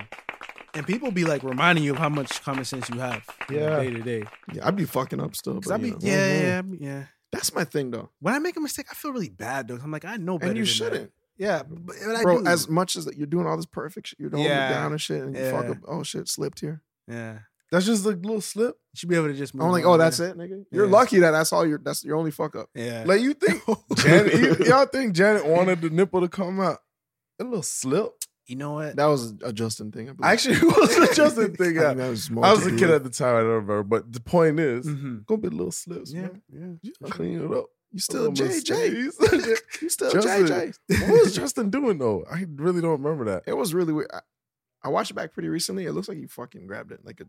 S4: And people be like reminding you of how much common sense you have.
S2: Yeah.
S4: day to day.
S3: Yeah, Oh, I'd be fucking up still. But,
S4: Cause I be
S3: you know.
S4: yeah, yeah, yeah.
S3: That's my thing though.
S4: When I make a mistake, I feel really bad though. 'cause I'm like, I know better.
S3: And you
S4: than that.
S3: shouldn't.
S4: Yeah, but, but I
S3: Bro,
S4: do.
S3: as much as that you're doing all this perfect shit, you're holding
S4: Yeah.
S3: it down and shit, and you fuck
S4: Yeah.
S3: up. Oh shit, slipped here.
S4: yeah, you
S2: That's just a little slip.
S4: should be able to just. Move
S3: I'm like,
S4: on,
S3: oh, that's
S4: yeah.
S3: it, nigga. You're
S4: Yeah.
S3: lucky that that's all your that's your only fuck up.
S4: Yeah,
S2: Like you think Janet, you, y'all think Janet wanted the nipple to come out? A little slip.
S4: you know what?
S3: That was a Justin thing. I believe.
S2: Actually, it was a Justin
S3: I
S2: thing.
S3: think
S2: yeah.
S3: that was more
S2: I was
S3: to
S2: a
S3: do
S2: kid
S3: with-
S2: at the time. I don't remember. But the point is,
S4: Mhm.
S2: gonna be little slips.
S4: Yeah,
S2: man.
S4: yeah.
S2: Mm. You clean it up.
S3: You still
S2: Little
S3: JJ.
S2: mistakes.
S3: You still
S2: Justin.
S3: JJ.
S2: what was Justin doing though? I really don't remember that.
S3: It was really weird. I, I watched it back pretty recently. It looks like he fucking grabbed it like a.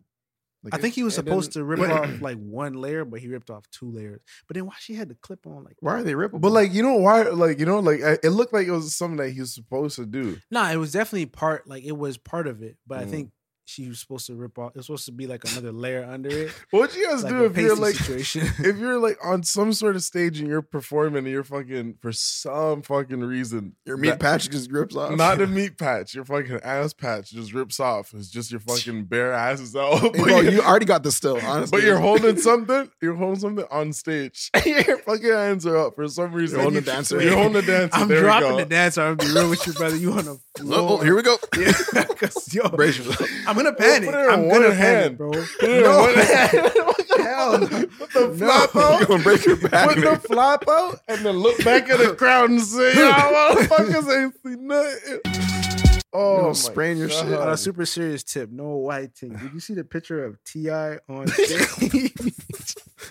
S3: Like
S4: I think he was supposed to rip
S3: wait.
S4: off like one layer, but he ripped off two layers. But then why she had the clip on? Like,
S3: Why are they rippable?
S2: But like you know why? Like you know, like I- it looked like it was something that he was supposed to do.
S4: nah, it was definitely part. Like, it was part of it. But I
S2: Mm.
S4: think she was supposed to rip off. It was supposed to be like another layer under it.
S2: What you guys
S4: like
S2: do
S4: a
S2: if you're
S4: pasty
S2: like
S4: situation.
S2: if you're like on some sort of stage and you're performing and you're fucking for some fucking reason
S3: your meat
S2: that-
S3: patch just rips off.
S2: Not the meat patch, your fucking ass patch just rips off. It's just your fucking bare ass is out.
S3: Hey,
S2: But
S3: bro,
S2: you-
S3: you already got the still, honestly.
S2: But you're holding something. You're holding something on stage. your fucking hands are up for some reason.
S3: You're holding the dancer.
S2: You're holding the dancer.
S4: I'm
S2: There we
S4: dropping
S2: go.
S4: the dancer. I'm gonna be real with you, brother. You on the
S3: Oh,
S4: floor?
S3: oh, here we go.
S4: Yeah, 'cause, yo,
S3: Brace yourself.
S4: I'm gonna
S2: Well,
S4: panic.
S2: put it in
S4: I'm
S2: one
S4: gonna
S2: hand.
S4: panic, bro.
S2: Put it in
S4: No.
S2: one hand.
S4: Hell no.
S2: Put the flop
S3: You're
S2: out.
S3: gonna break your back.
S2: Put the flop out and then look back at the crowd and say, "Yo, motherfuckers ain't see nothing."
S3: You
S2: Oh,
S3: know,
S2: my
S3: spraying your shit.
S4: On
S2: God.
S4: a super serious tip, no white thing. Did you see the picture of Ti on? stage?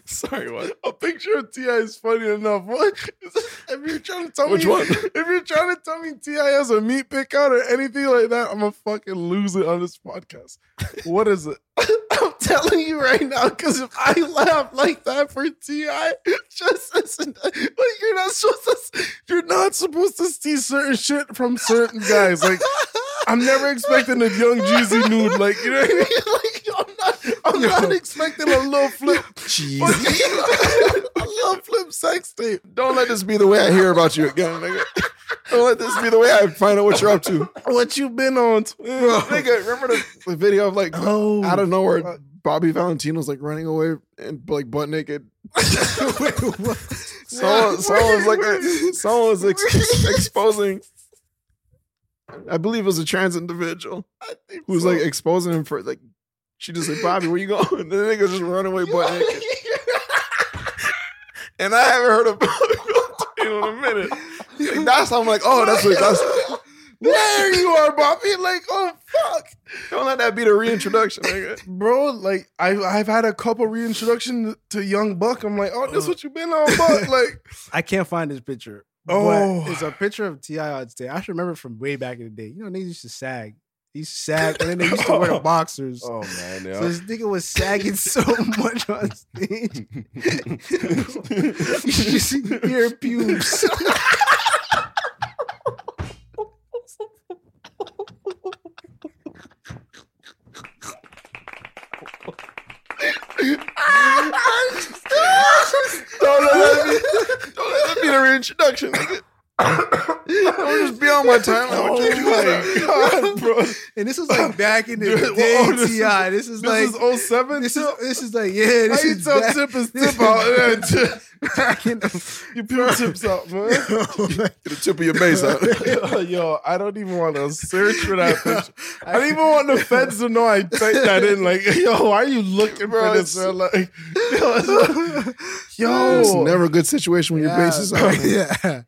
S2: Sorry, what? A picture of Ti is funny enough. What? If you're trying to tell
S3: Which
S2: me,
S3: one?
S2: if you're trying to tell me Ti has a meat pick out or anything like that, I'm gonna fucking lose it on this podcast. What is it? I'm telling you right now, because if I laugh like that for Ti, just listen. Like you're not supposed to. s- You're not supposed to see certain shit from certain guys. Like I'm never expecting a young Jeezy nude. Like you know what I mean? Like I'm not. I'm not expecting a little flip.
S3: Jeez.
S2: I love flip sex tape.
S3: Don't let this be the way I hear about you again, nigga. Don't let this be the way I find out what you're up to.
S2: What you been on,
S3: Nigga, remember the, the video of like
S2: Oh,
S3: out of nowhere, Bobby Valentino's like running away and like butt naked. someone, someone was like, a, someone was ex- exposing. I believe it was a trans individual who was like exposing him for like. She just like Bobby, where you going? And the nigga just run away butt naked. And I haven't heard of Bobby Valentino in a minute. That's I'm like, oh, that's what that's.
S2: There you are, Bobby. Like, oh fuck,
S3: Don't let that be the reintroduction, nigga.
S2: bro. Like, I I've had a couple reintroduction to Young Buck. I'm like, oh, this what you been on, Buck? Like,
S4: I can't find this picture.
S2: Oh.
S4: but it's a picture of Ti on stage. I should remember it from way back in the day. You know, niggas used to sag. He sagged, and then they used to wear boxers.
S2: oh man,
S4: So this nigga was sagging so much on stage. you should see your pubes.
S3: Don't let that be, don't let that be the reintroduction, nigga. I'm just beyond my time. I would just be like,
S2: God, bro.
S4: And this was like back in the
S2: Dude,
S4: day,
S2: whoa, this
S4: Ti. This is like
S2: This is 07
S4: this
S2: tip.
S4: is this is like yeah.
S2: How
S4: This
S2: you
S4: is
S2: tell
S4: back-
S2: tip is tip out?
S4: Fucking-
S2: you put tips out, man.
S3: Get the tip of your base out.
S2: yo, yo, I don't even want to search for that picture. I don't even want the feds to know I typed that in. Like, yo, why are you looking
S3: Bro,
S2: for this?
S3: it's-
S2: man? Like, yo, it's- yo,
S3: It's never a good situation when your base is out.
S4: yeah.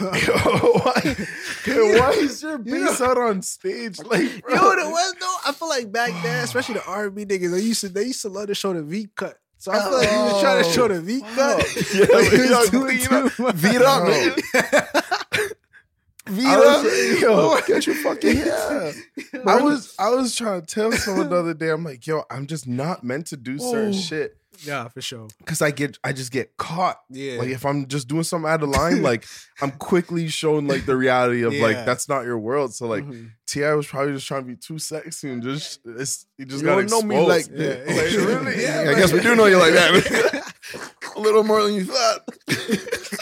S2: Yo, why, yo, why is your bass out on stage? Like,
S4: You
S2: bro,
S4: know what it was though? I feel like back then, especially the R and B niggas, they used to they used to love to show the V cut. So I feel like he was trying to show the V cut.
S2: Yeah,
S4: Like, he
S2: yo,
S4: was doing
S2: clean
S4: too
S2: up.
S4: much.
S2: Beat up, nigga. I was- Oh, yo, get your fucking yeah. I was I was trying to tell someone the other day. I'm like, yo, I'm just not meant to do certain shit
S4: Yeah, for sure.
S2: because I get I just get caught.
S4: Yeah.
S2: Like if I'm just doing something out of line, like I'm quickly shown like the reality of
S4: Yeah.
S2: like that's not your world. So like
S3: Mm-hmm.
S4: Mhm.
S2: Ti was probably just trying to be too sexy and just it's, he just
S3: You
S2: got
S3: don't know
S2: exposed.
S3: me like
S2: yeah.
S3: that.
S2: like, really?
S3: Yeah,
S2: like-
S3: I guess we do know you like that. a little more than you thought.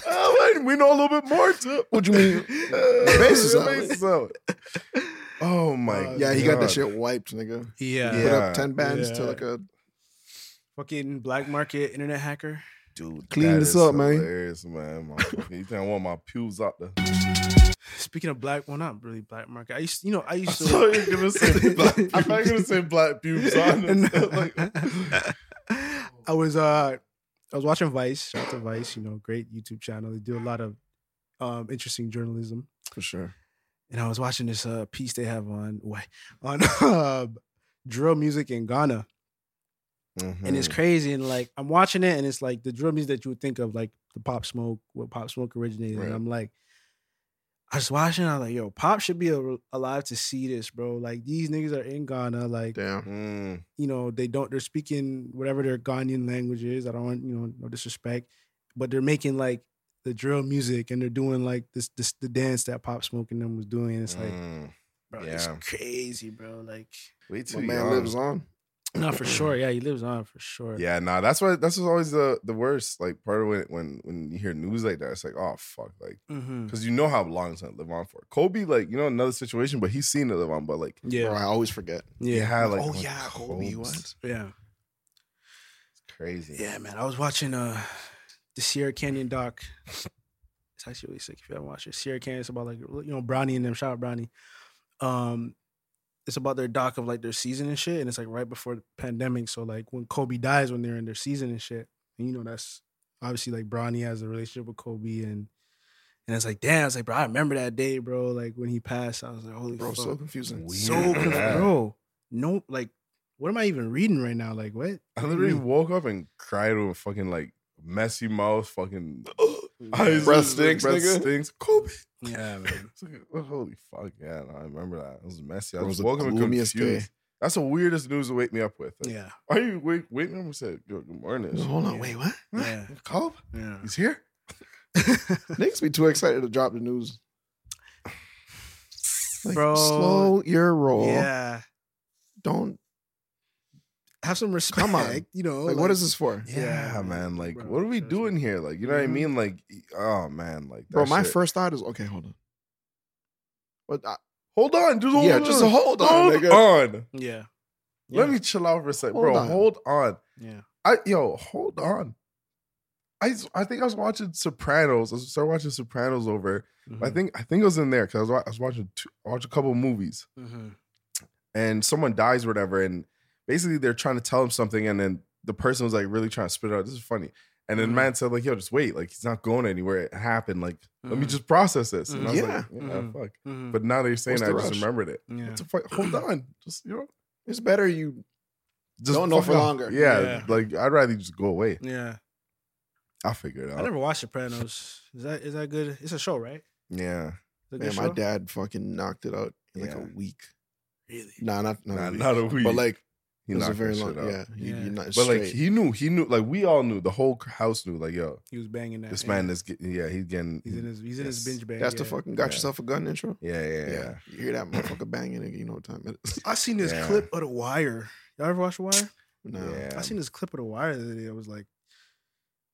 S2: Oh, wait, we know a little bit more too.
S3: What do you mean? basis out.
S2: Oh my!
S3: Yeah, he got that
S2: God.
S3: shit wiped, nigga.
S4: Yeah.
S3: Put
S2: Yeah.
S3: up ten bands to
S4: Yeah.
S3: like a
S4: Fucking black market internet hacker.
S2: dude.
S3: Clean
S2: that
S3: this
S2: is
S3: up, man.
S2: hilarious, man. My fucking- you think I want my pubes out the?
S4: Speaking of black, well, not really black market. I used, you know, I used
S2: So
S4: to.
S2: you're gonna say black? I'm not gonna say black pubes on.
S4: And- uh,
S2: this. like, uh,
S4: I was uh, I was watching Vice. Shout out to Vice, you know, great YouTube channel. They do a lot of um interesting journalism.
S3: for sure.
S4: and I was watching this uh, piece they have on why- on uh, drill music in Ghana,
S2: mm-hmm,
S4: and
S2: Mm.
S4: it's crazy. And like I'm watching it, and it's like the drill music that you would think of, like the Pop Smoke, where Pop Smoke originated.
S2: Right.
S4: And I'm like, I was watching, I was like, yo, Pop should be a- alive to see this, bro. Like these niggas are in Ghana, like
S3: Damn.
S2: Mhm.
S4: you know they don't they're speaking whatever their Ghanaian language is. I don't want you know no disrespect, but they're making like the drill music and they're doing like this, this the dance that Pop Smoke and them was doing. And it's like
S2: Mm.
S4: bro. It's
S2: Yeah.
S4: crazy, bro. Like,
S2: Wait
S3: My
S2: till
S3: man lives on.
S4: not for sure. Yeah, he lives on for sure.
S2: Yeah, nah, that's why that's what's always the the worst. Like part of when when when you hear news like that, it's like, oh fuck, like
S4: hmm
S2: because you know how long it's gonna live on for. Kobe, like you know another situation, but he's seen it live on. but like
S3: Bro,
S4: yeah,
S3: I always forget.
S2: yeah,
S4: yeah,
S2: like
S3: oh
S2: like,
S3: yeah, Kobe
S2: Kobe's
S3: was.
S4: yeah,
S2: crazy.
S4: yeah, man. I was watching uh the Sierra Canyon doc. It's actually really sick if you haven't watched it. Sierra Canyon It's about like you know Brownie and them. Shout out Brownie. Um, it's about their doc of like their season and shit, and it's like right before the pandemic. So like when Kobe dies, when they're in their season and shit, and you know that's obviously like Bronny has a relationship with Kobe and. And it's like, damn, I was like, bro, I remember that day, bro. Like when he passed, I was like, holy
S3: Bro,
S4: fuck.
S3: so confusing.
S4: so
S2: Weird.
S4: conf-
S2: Yeah.
S4: bro no like what am i even reading right now like what
S2: I literally woke up and cried with a fucking like messy mouth, fucking eyes.
S3: Breath
S2: just-
S3: stinks,
S2: breath
S3: nigga.
S2: stinks. Kobe.
S4: yeah man
S2: It's like, oh, holy fuck, yeah, no, I remember that. It was messy. I
S3: It
S2: was,
S3: was the
S2: woke up and
S3: gloomiest
S2: confused.
S3: day.
S2: That's the weirdest news to wake me up with. Like,
S4: yeah
S2: Why you wake wake me up and said, "Yo, good morning?
S3: Hold on,
S4: Yeah.
S3: wait, what?
S4: yeah
S2: Kobe,
S4: yeah
S2: he's here.
S3: Niggas be too excited to drop the news. Like,
S4: Bro.
S3: slow your roll.
S4: yeah
S3: Don't.
S4: have some respect
S3: on.
S4: you know
S3: Like, what is this for?
S2: Yeah,
S4: Yeah,
S2: Ah, man. Like,
S4: bro,
S2: what are we
S4: trust
S2: doing
S4: me.
S2: here? Like, you know what I
S4: Mhm.
S2: mean? Like, oh man, like,
S3: Mm-hmm. Bro,
S2: that
S3: my
S2: shit-
S3: first thought is okay. Hold on. But I,
S2: Hold on, just
S3: Yeah, just hold on, nigga.
S2: on.
S4: yeah
S2: Let me chill out for a sec,
S3: Hold
S2: bro.
S3: on.
S2: Hold on.
S4: yeah
S2: I yo, hold on. I s- I think I was watching Sopranos. I started watching Sopranos over.
S4: Mm-hmm. Mm.
S2: I think I think it was in there because I was, wa- I was watching two, I watched a couple movies
S4: mm-hmm.
S2: and someone dies or whatever, and basically they're trying to tell him something, and then the person was like really trying to spit it out. This is funny. And then man said, like, yo, just wait. Like, he's not going anywhere. It happened. Like, let me
S4: Mhm.
S2: just process this. And I was
S3: Yeah.
S2: like, yeah,
S4: Mhm.
S2: fuck.
S4: Mhm.
S2: But now they're saying
S3: What's
S2: that, I
S3: the
S2: just
S3: rush?
S2: remembered it.
S4: yeah.
S2: What the fuck? Hold on. Just, you know,
S3: It's better you.
S2: just
S3: Don't know
S2: fuck
S3: for
S2: off.
S3: longer.
S2: Yeah,
S4: Yeah.
S2: Like, I'd rather you just go away.
S4: Yeah.
S2: I'll figure it out.
S4: I never watched Sopranos. Is that is that good? It's a show, right?
S2: yeah.
S4: It's a
S3: Man,
S4: good
S3: my
S4: show?
S3: dad fucking knocked it out in like
S2: Yeah.
S3: a week.
S4: Really?
S3: Nah, not not,
S2: Nah,
S3: a, week.
S2: not a week.
S3: But like
S2: He
S3: it was a
S2: knocked
S3: very
S2: that
S3: long.
S2: shit out.
S3: Yeah, you,
S4: Yeah.
S3: you're not.
S2: But
S3: straight.
S2: like he knew, he knew, like we all knew, the whole house knew, like, yo,
S4: He was banging that.
S2: this
S4: yeah.
S2: man is getting, yeah, he's getting,
S4: He's in his he's in his
S2: Yes.
S4: binge bag.
S3: that's the
S4: yeah.
S3: fucking got
S2: Yeah.
S3: yourself a gun intro.
S2: yeah, yeah, yeah.
S3: you hear that motherfucker banging, nigga. You know what time it is.
S4: I seen this
S2: Yeah.
S4: clip of the wire. Y'all ever watch the wire?
S3: No,
S2: Yeah.
S4: I seen this clip of the wire the other day. It was like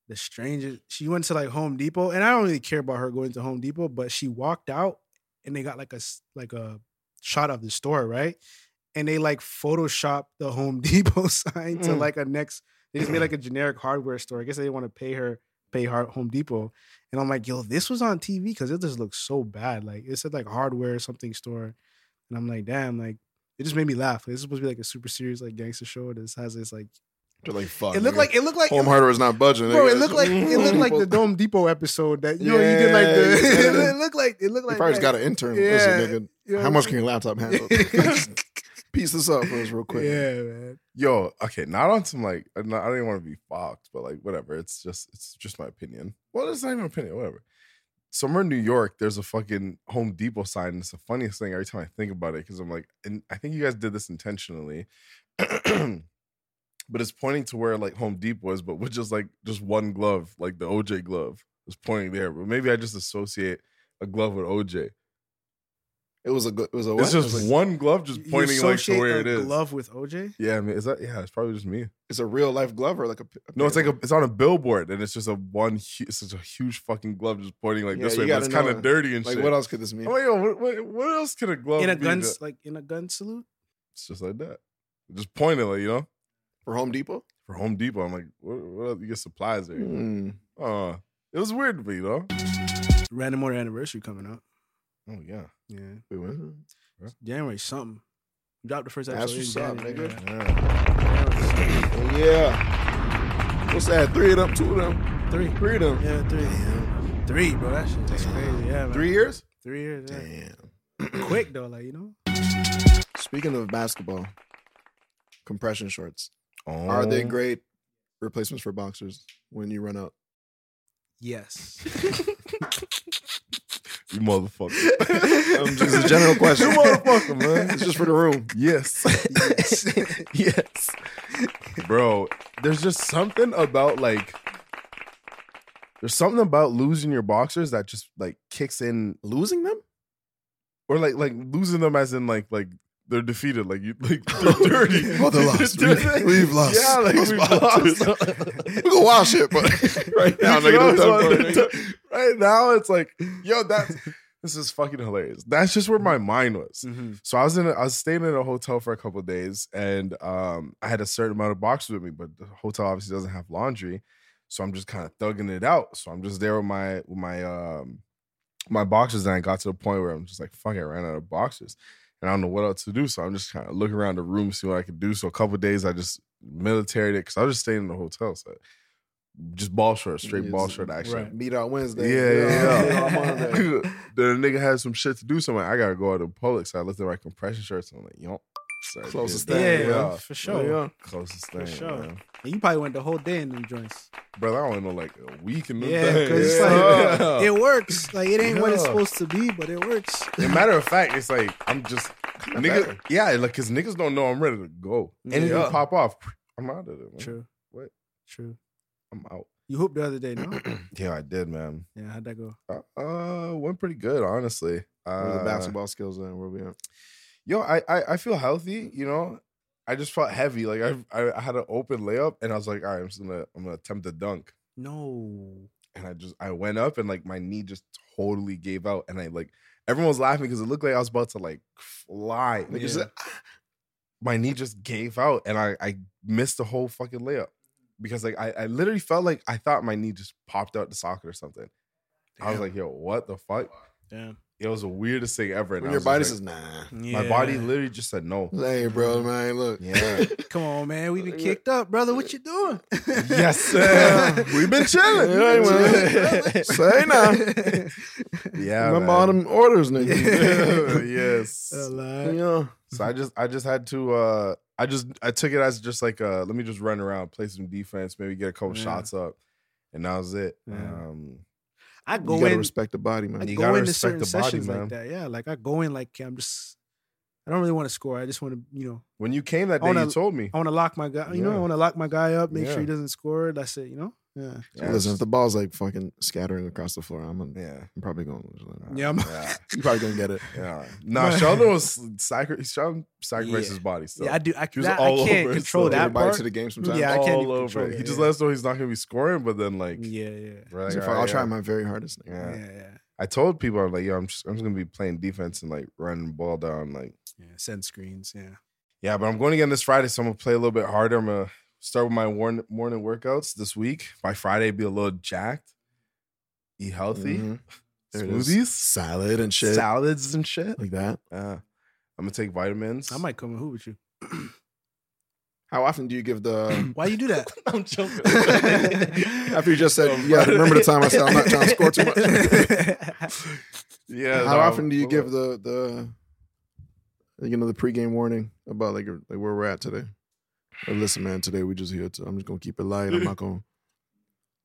S4: the strangest. She went to like Home Depot, and I don't really care about her going to Home Depot, but she walked out, and they got like a s- like a shot of the store, right? And they like Photoshop the Home Depot sign to
S2: Mm.
S4: like a next. They just made like a generic hardware store. I guess they didn't want to pay her pay hard Home Depot. And I'm like, yo, this was on TV because it just looks so bad. Like it said like hardware something store, and I'm like, damn, like. It just made me laugh. This is supposed to be like a super serious like gangster show. This has this like
S3: They're like fuck.
S4: it looked
S3: Oh, nigga.
S4: like it looked like
S3: Home Hardware is not budging.
S4: bro.
S3: nigga.
S4: It looked like it looked like the Dome Depot episode that you know you did like
S3: Yeah, you said
S4: the.
S3: it.
S4: it looked like it looked
S3: You
S4: like.
S3: probably just
S4: that,
S3: got an intern.
S4: Yeah.
S3: Listen,
S4: you know
S3: nigga,
S4: what
S3: how
S4: I'm
S3: much
S4: saying?
S3: can your laptop handle?
S4: Yeah.
S3: Piece this up for us real quick.
S4: Yeah, man.
S2: Yo, okay, not on some like I'm not- I don't even want to be foxed, but like whatever. It's just it's just my opinion. Well, it's not even opinion, whatever. Somewhere in New York, there's a fucking Home Depot sign. And it's the funniest thing every time I think about it because I'm like, and I think you guys did this intentionally, but it's pointing to where like Home Depot is, but with just like just one glove, like the OJ glove, is pointing there. But maybe I just associate a glove with OJ.
S3: It was a good. It was a.
S2: It's
S3: what?
S2: just one glove just
S4: You
S2: pointing like to
S4: associate
S2: where
S4: a
S2: it is.
S4: Glove with OJ.
S2: Yeah, I mean, is that yeah? It's probably just me.
S3: It's a real life glove or like a. p- a
S2: No, it's like a,
S3: paper?
S2: it's on a billboard, and it's just a one. hu- It's just a huge fucking glove just pointing like
S3: Yeah,
S2: this
S3: you
S2: way, but
S3: gotta
S2: it's kind
S3: know.
S2: of dirty and
S3: Like
S2: shit.
S3: what else could this mean?
S2: I'm like, yo, what, what, what else could a glove
S4: In a
S2: be
S4: gun,
S2: that-
S4: s- like in a gun salute.
S2: It's just like that, just pointing, like you know,
S3: For Home Depot.
S2: for Home Depot. I'm like, what? what else? You get supplies there?
S3: Hmm.
S2: Uh, it was weird to me though.
S4: Random order anniversary coming up.
S2: Oh yeah,
S4: Yeah,
S3: Wait, what?
S4: January something. Dropped the first episode.
S3: That's what's
S4: in
S3: up,
S4: January,
S3: nigga.
S2: yeah.
S3: Oh, yeah. What's that? Three of them, two of them,
S4: yeah. Three.
S3: three of them.
S4: Yeah, three. Three, bro. That shit, that's crazy. Yeah, man.
S3: Three years.
S4: Three years. Yeah.
S3: Damn.
S4: Quick though, like you know.
S3: Speaking of basketball, compression shorts
S2: Oh,
S3: are they great replacements for boxers when you run out?
S4: Yes.
S2: You motherfucker.
S3: Um, just a general question.
S2: You motherfucker, man.
S3: It's just for the room.
S2: Yes. yes. Bro, there's just something about like there's something about losing your boxers that just like kicks in
S3: Losing them?
S2: or like like losing them as in like like they're defeated like you like they're dirty.
S3: Oh, they're lost.
S2: They're
S3: We-
S2: dirty.
S3: we've lost.
S2: Yeah, like
S3: Those
S2: we've
S3: boxers.
S2: lost.
S3: We go wild shit, but right now,
S2: You
S3: nigga,
S2: know,
S3: them
S2: so
S3: done for,
S2: the-
S3: nigga.
S2: right now it's like yo that's this is fucking hilarious. That's just where my mind was.
S4: Mhm.
S2: So I was in a, I was staying in a hotel for a couple of days, and um, I had a certain amount of boxes with me, but the hotel obviously doesn't have laundry, so I'm just kind of thugging it out. So I'm just there with my with my um my boxes, and I got to the point where I'm just like, fuck, it, I ran out of boxes, and I don't know what else to do. So I'm just kind of looking around the room, see what I could do. So a couple of days, I just military it because I was just staying in the hotel, so just ball short, straight ball
S3: Yes.
S2: short action.
S4: Right.
S3: Meet out Wednesday.
S2: Yeah, yeah,
S3: Meet
S2: yeah.
S3: out Monday.
S2: the nigga had some shit to do, so I'm like, I gotta go out to Publix. So I looked at my compression shirts and I'm like, yo, so I
S3: Closest
S2: did
S3: thing,
S2: that.
S3: yeah.
S4: for sure.
S2: Closest
S4: For
S2: thing,
S4: sure.
S2: man.
S4: And you probably went the whole day in them joints.
S2: Brother, I only know like a week in the
S4: Yeah,
S2: thing.
S4: because it's like
S2: Yeah.
S4: it works. Like it ain't what it's
S2: Yeah.
S4: supposed to be, but it works.
S2: As a matter of fact, it's like I'm just nigga.
S3: better.
S2: Yeah, like cause niggas don't know I'm ready to go. Anything
S4: Yeah.
S2: pop off, I'm out of there. Man.
S4: True.
S2: What?
S4: True.
S2: I'm out.
S4: You hooped the other day, no?
S2: Yeah, I did, man.
S4: yeah, how'd that go?
S2: Uh, Uh, went pretty good, honestly.
S3: Where
S2: Uh,
S3: the basketball skills and where we at?
S2: yo, I, I I feel healthy. You know, I just felt heavy. Like I I, I had an open layup, and I was like, all right, I'm just gonna I'm gonna attempt a dunk,
S4: No.
S2: and I just I went up, and like my knee just totally gave out, and I like everyone was laughing because it looked like I was about to like fly. Like, it's
S4: Yeah.
S2: just- my knee just gave out, and I I missed the whole fucking layup because like I I literally felt like I thought my knee just popped out the socket or something. I was like, yo, what the fuck?
S4: Damn.
S2: It was the weirdest thing ever. and
S3: When
S2: I
S3: your
S2: was just
S3: body
S2: like-
S3: says nah.
S2: my body literally just said no.
S3: Hey, bro, man, look.
S2: Yeah.
S4: Come on, man. We've been kicked up, brother. What you doing?
S2: yes, sir. We've been chilling.
S3: Yeah, man. Say now.
S2: yeah,
S3: Remember
S2: man.
S3: all them orders, nigga.
S2: yes.
S3: yeah.
S2: So I just I just had to uh I just I took it as just like uh let me just run around, play some defense, maybe get a couple
S4: Yeah.
S2: shots up, and that was it.
S4: Yeah.
S2: Um
S4: I
S3: You
S4: go
S3: gotta
S4: in.
S3: respect the body,
S4: I
S3: man.
S2: You
S4: go
S2: gotta
S4: into
S2: respect
S4: certain
S2: the body,
S4: sessions
S2: man.
S4: like that. Yeah, like I go in like okay, I'm just. I don't really want to score. I just want to, you know,
S2: when you came that
S3: Oh,
S4: I
S2: day,
S4: wanna-
S2: you told me.
S4: I want to lock my guy. You know, I
S2: Yeah.
S4: want to lock my guy up, make sure he
S2: Yeah.
S4: doesn't score. That's it. You know. Yeah.
S3: So listen, if the ball's like fucking scattering across the floor, I'm, gonna,
S2: yeah.
S3: I'm probably going to lose. Like,
S4: Yeah. I'm,
S2: Yeah.
S3: You're probably going to get it.
S2: Yeah. Nah, Sheldon was psych Sheldon sacrificed his body still.
S4: yeah. I do. I,
S2: was
S4: that,
S2: all
S4: I can't
S2: over
S4: control
S2: himself.
S4: that
S3: Everybody
S4: part.
S3: to the game sometimes.
S4: Yeah, I can't
S2: all
S4: even
S2: over
S4: control
S2: it.
S4: it,
S2: He just
S4: yeah.
S2: let us know he's not gonna be scoring, but then like
S4: yeah, yeah,
S2: we're like,
S3: So if I-
S2: "All right,
S3: I'll try
S2: yeah."
S3: my very hardest. nigga.
S2: Yeah.
S4: yeah, yeah.
S2: I told people I'm like, yo, I'm just, I'm just gonna be playing defense and like running the ball down. Like,
S4: yeah. Send screens. Yeah.
S2: yeah, but I'm going again this Friday, so I'm gonna play a little bit harder. I'm gonna start with my warn- morning workouts this week. By Friday, be a little jacked, eat healthy,
S3: Mhm. There it is.
S2: smoothies,
S3: Salad and shit.
S2: salads and shit.
S3: Like that.
S2: Yeah. I'm gonna take vitamins.
S4: I might come and hoop with you.
S3: How often do you give the.
S4: Why you do that?
S2: I'm joking.
S3: After you just said, yeah, remember the time I said I'm not trying to score too much.
S2: yeah.
S3: How
S2: no,
S3: often do you
S2: we'll-
S3: give the the like, you know the pregame warning about like, like where we're at today? Like, listen, man, today we just here. To, I'm just gonna keep it light. I'm not gonna.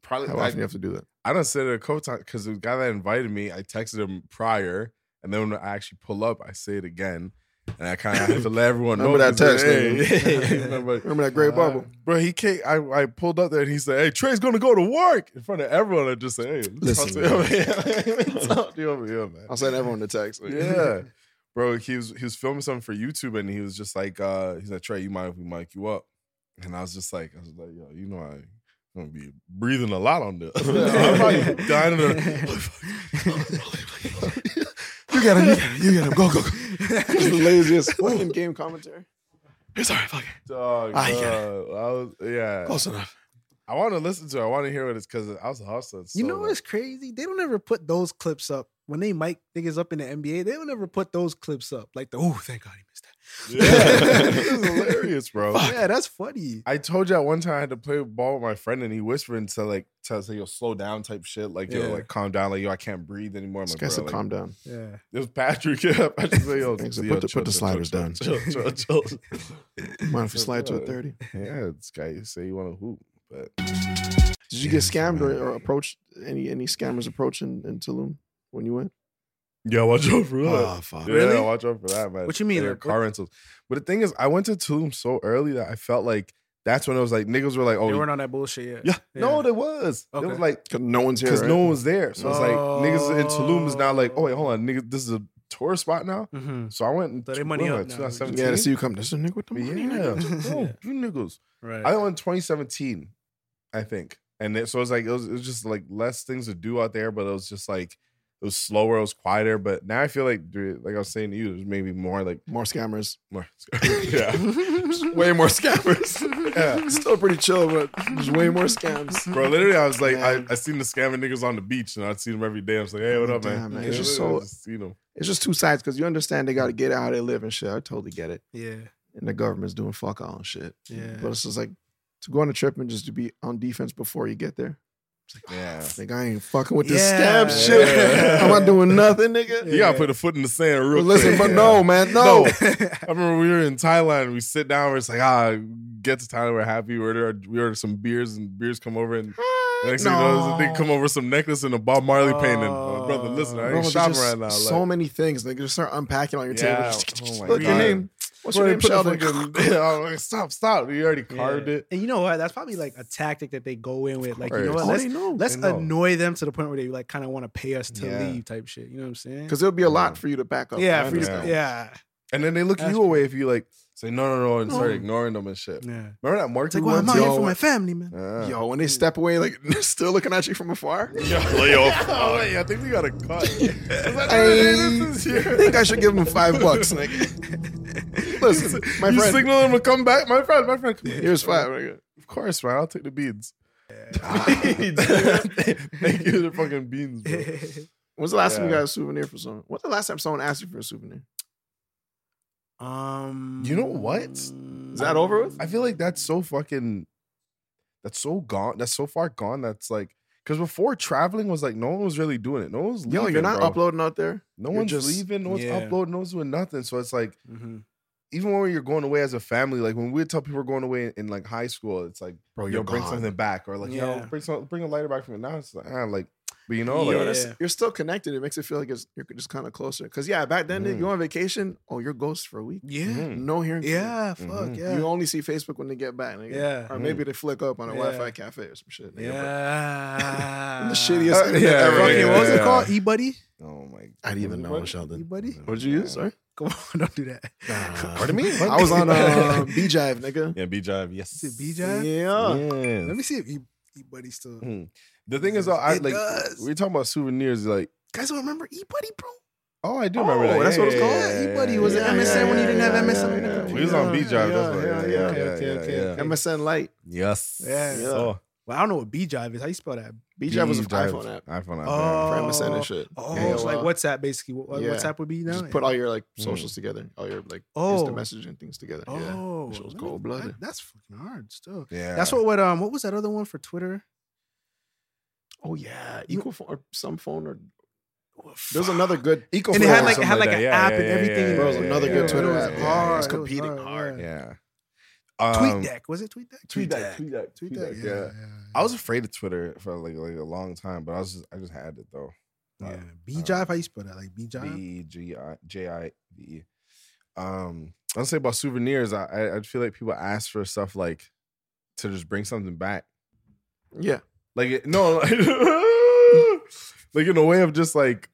S2: Probably.
S3: How
S2: I,
S3: often do you have to do that?
S2: I done said it a couple times because the guy that invited me, I texted him prior, and then when I actually pull up, I say it again, and I kind of have to let everyone know.
S3: Remember that
S2: 'cause,
S3: text,
S2: hey,
S3: nigga.
S2: yeah, remember-
S3: Remember that great bubble?
S2: Bro, he came. I, I pulled up there and he said, Hey, Trey's gonna go to work in front of everyone. I just said, Hey,
S3: Listen,
S2: talk to you over here. Talk to you over here, man.
S3: I'll send everyone the text. like-
S2: Yeah. Bro, he was he was filming something for YouTube and he was just like, uh, he's like, Trey, you mind if we mic you up? And I was just like, I was like, yo, you know I'm gonna be breathing a lot on this. I'm probably dying in the
S3: you got him. You got him. You got him. Go go go. It's the laziest fucking game commentary. It's alright. Fuck it.
S2: dog.
S3: I get it.
S2: dog. I was yeah.
S3: Close enough.
S2: I want to listen to it. I want to hear what it's because I was hustling.
S4: You
S2: so
S4: know
S2: much.
S4: what's crazy? They don't ever put those clips up when they mic niggas up in the NBA. They don't ever put those clips up. Like the oh, thank God he missed
S2: Yeah. this is hilarious, bro.
S4: that. Yeah, that's funny.
S2: I told you at one time I had to play ball with my friend and he whispered and said like tell say yo slow down type shit like yo
S4: Yeah.
S2: like calm down like yo I can't breathe anymore. I'm
S3: This
S2: like,
S3: guy
S2: bro,
S3: said,
S2: like,
S3: "Calm down."
S4: Yeah,
S2: It was Patrick. Yeah, Patrick said yo,
S3: Thanks,
S2: yo,
S3: put the-
S2: chill,
S3: put the
S2: chill,
S3: sliders
S2: chill,
S3: down.
S2: chill, chill, chill, chill.
S3: Mind if we slide to a
S2: Yeah.
S3: thirty?
S2: Yeah, this guy you say you want to hoop, but
S3: Did you get
S2: Yes,
S3: scammed or,
S2: man.
S3: or approached any any scammers approaching in Tulum when you went?
S2: yeah, watch out for
S3: Oh, fuck.
S2: Yeah,
S4: Really?
S2: watch out for that, man.
S4: What you mean,
S2: They're
S4: like, what-
S2: car rentals. But the thing is, I went to Tulum so early that I felt like that's when it was like niggas were like,
S4: they
S2: oh,
S4: weren't on that bullshit yet.
S2: yeah, no,
S4: Yeah.
S2: they was. It
S4: Okay.
S2: was like
S3: Cause no one's here.
S2: because
S3: right?
S2: no one's there. So it's like niggas in Tulum is now like, oh wait, hold on, niggas, this is a tourist spot now.
S4: Mm-hmm.
S2: So I went in
S4: Throw their money up now.
S2: 2017.
S3: Yeah, to see you come. This is a nigga with the money.
S2: Yeah,
S3: nigga.
S2: no, you niggas.
S4: Right.
S2: I went in 2017, I think, and it, so it was like it was, it was just like less things to do out there, but it was just like it was slower, it was quieter. But now I feel like, dude, like I was saying to you, there's maybe more like
S3: More scammers.
S2: more, yeah,
S3: Way more scammers.
S2: yeah.
S3: Still pretty chill, but there's way more scams.
S2: Bro, literally, I was like, I,
S3: Man.
S2: I seen the scamming niggas on the beach, and I'd seen them every day. I was like, hey, what up, man?
S3: Damn, man.
S2: Yeah,
S3: It's just
S2: literally, I
S3: so-
S2: just seen 'em.
S3: It's just two sides because you understand they got to get out how they live and shit. I totally get it.
S4: yeah,
S3: And the government's doing fuck all and shit.
S4: yeah.
S3: But it's just like to go on a trip and just to be on defense before you get there.
S2: Yeah.
S3: Like I ain't fucking with this
S4: Yeah.
S3: scam shit.
S2: Yeah.
S3: I'm not doing nothing, nigga.
S2: You gotta put a foot in the sand real
S3: But listen,
S2: quick.
S3: but
S2: Yeah.
S3: no, man, no.
S2: I remember we were in Thailand. We sit down. We're just like, ah, get to Thailand. We're happy. We order, we order some beers, and beers come over. And next thing you know, they come over with some necklace and a Bob Marley painting. Uh, brother, listen, I
S3: Bro,
S2: ain't
S3: there's
S2: shopping
S3: just
S2: right now.
S3: So
S2: like,
S3: many things, nigga. Just start unpacking on your
S2: Yeah.
S3: table.
S2: Oh my
S3: Look, your
S2: God.
S3: name. What's your
S2: Bro,
S3: name,
S2: put a
S3: Sheldon?
S2: fucking- Yeah, I'm like, stop, stop. You already carved it.
S4: And you know what? That's probably like a tactic that they go in with. Like, you know
S2: course.
S4: what?
S2: Oh,
S4: Let's,
S2: they
S4: let's
S2: They know.
S4: annoy them to the point where they like kind of want to pay us to
S2: Yeah.
S4: leave type shit. You know what I'm saying?
S3: Because there'll be a lot for you to back up.
S4: yeah,
S3: I
S4: free to-
S3: understand.
S4: yeah,
S2: And then they look
S4: That's
S2: you away if you like say no, no, no, and start ignoring them and shit.
S4: yeah.
S2: Remember that market
S4: It's like,
S2: we
S4: well, I'm
S2: went
S4: out
S2: to?
S4: here
S3: yo,
S4: for my
S3: what-
S4: family, man.
S2: Yeah.
S3: Yo, when they step away, like they're still looking at you from afar.
S2: Oh, wait, I think we got a cut.
S3: I think I should give him five bucks, nigga. Listen, my
S2: you
S3: friend,
S2: signal him to come back, my friend, my friend. Come here.
S3: here's five, nigga.
S2: Of course, man. I'll take the beans. Beans. Thank you, the fucking beans, bro.
S3: When's the last time you
S2: Yeah.
S3: got a souvenir for someone? When's the last time someone asked you for a souvenir?
S4: Um, mm-hmm.
S2: You know what?
S3: Is that over with?
S2: I feel like that's so fucking. That's so gone. That's so far gone. That's like because before traveling was like no one was really doing it. No one was leaving.
S3: Yo, you're not
S2: bro.
S3: uploading out there.
S2: No
S3: You're
S2: one's
S3: just-
S2: leaving. No one's
S4: yeah.
S2: uploading. No one's doing nothing. So it's like
S4: Mhm.
S2: even when you're going away as a family, like when we would tell people we're going away in like high school, it's like
S3: Bro,
S2: yo, bring
S3: gone.
S2: something back or like yo,
S4: Yeah.
S2: bring some, bring a lighter back from it. Now it's like ah, like, but you know, like
S3: Yo, that's-
S4: Yeah.
S3: you're still connected. It makes it feel like it's, you're just kind of closer. Cause yeah, back then
S2: Mhm.
S3: you on vacation. Oh, you're ghost for a week.
S4: Yeah.
S2: Mhm.
S3: No hearing. from you.
S4: Yeah. Fuck
S2: Mhm.
S4: yeah.
S3: You only see Facebook when they get back. Nigga.
S4: Yeah.
S3: Or maybe they flick up on a
S4: Yeah.
S3: Wi-Fi cafe or some shit. Nigga. but
S4: yeah.
S3: The shittiest
S2: Uh,
S3: internet
S2: yeah,
S3: ever.
S4: Fucking, what was
S2: Yeah.
S4: it called? E buddy.
S2: oh my, god.
S3: I didn't even know,
S2: What?
S3: Sheldon.
S4: E buddy.
S3: What'd you use? Sorry.
S4: Come on, don't do that.
S2: Pardon me?
S3: I was on uh, B Jive, nigga.
S2: yeah, B Jive. Yes,
S4: Is it B Jive?
S3: Yeah.
S2: Yeah.
S4: Let me see if E, e buddy still.
S2: Mm. The thing is, though, I
S4: It
S2: like
S4: does.
S2: we're talking about souvenirs. Like,
S3: Guys don't remember E Buddy, bro.
S2: oh, I do remember
S3: Oh,
S2: that.
S3: that's what it's called?
S4: E-Buddy was
S3: an MSN when you didn't have MSN on
S2: yeah,
S3: the
S2: yeah.
S3: computer.
S2: We was on B Jive.
S3: Yeah,
S2: that's what.
S3: yeah,
S2: Yeah,
S3: yeah.
S2: yeah,
S3: Okay,
S2: yeah,
S4: okay,
S2: yeah,
S4: okay,
S2: yeah.
S4: okay.
S3: MSN Lite.
S2: Yes.
S4: Yeah.
S3: Yeah.
S2: Oh,
S4: Well, I don't know what B jive is. How you spell that?
S3: B Jive was an
S2: B-Jive.
S3: iPhone app
S2: iPhone app.
S3: for
S4: Oh.
S3: MSN and shit.
S4: Oh,
S3: Yeah,
S4: it's like
S3: well,
S4: WhatsApp basically. What,
S3: Yeah.
S4: WhatsApp would be now.
S3: Just put all your like
S2: Mm.
S3: socials together, all your like
S4: Oh.
S3: instant messaging things together. yeah.
S4: Oh,
S3: Shit was
S4: that-
S3: cold-blooded.
S4: that- That's fucking hard. Still,
S2: yeah. yeah.
S4: that's what. What um, what was that other one for Twitter?
S3: Oh yeah, equal phone or some phone or
S4: Fuck.
S3: there's another good.
S2: Eco.
S4: And it had like it had like an app and everything.
S3: yeah,
S4: in
S3: Bro, it was
S4: it.
S3: another
S4: Yeah,
S3: good
S4: it
S3: Twitter
S4: was
S3: app. Yeah,
S4: hard,
S3: it's
S4: it was
S3: competing hard.
S2: Yeah. Um,
S4: Tweet deck was it? Tweet deck.
S2: Tweet deck. Tweet deck. Tweet deck.
S4: TweetDeck,
S2: Yeah. I was afraid of Twitter for like like a long time, but I was just, I just had it though.
S4: yeah.
S2: Uh,
S4: B jive. How you spell that? Like B
S2: B
S4: jive.
S2: E G I J I V E. Um, I'll say about souvenirs. I, I I feel like people ask for stuff like to just bring something back.
S3: Yeah,
S2: Like it- no, like, like in a way of just like,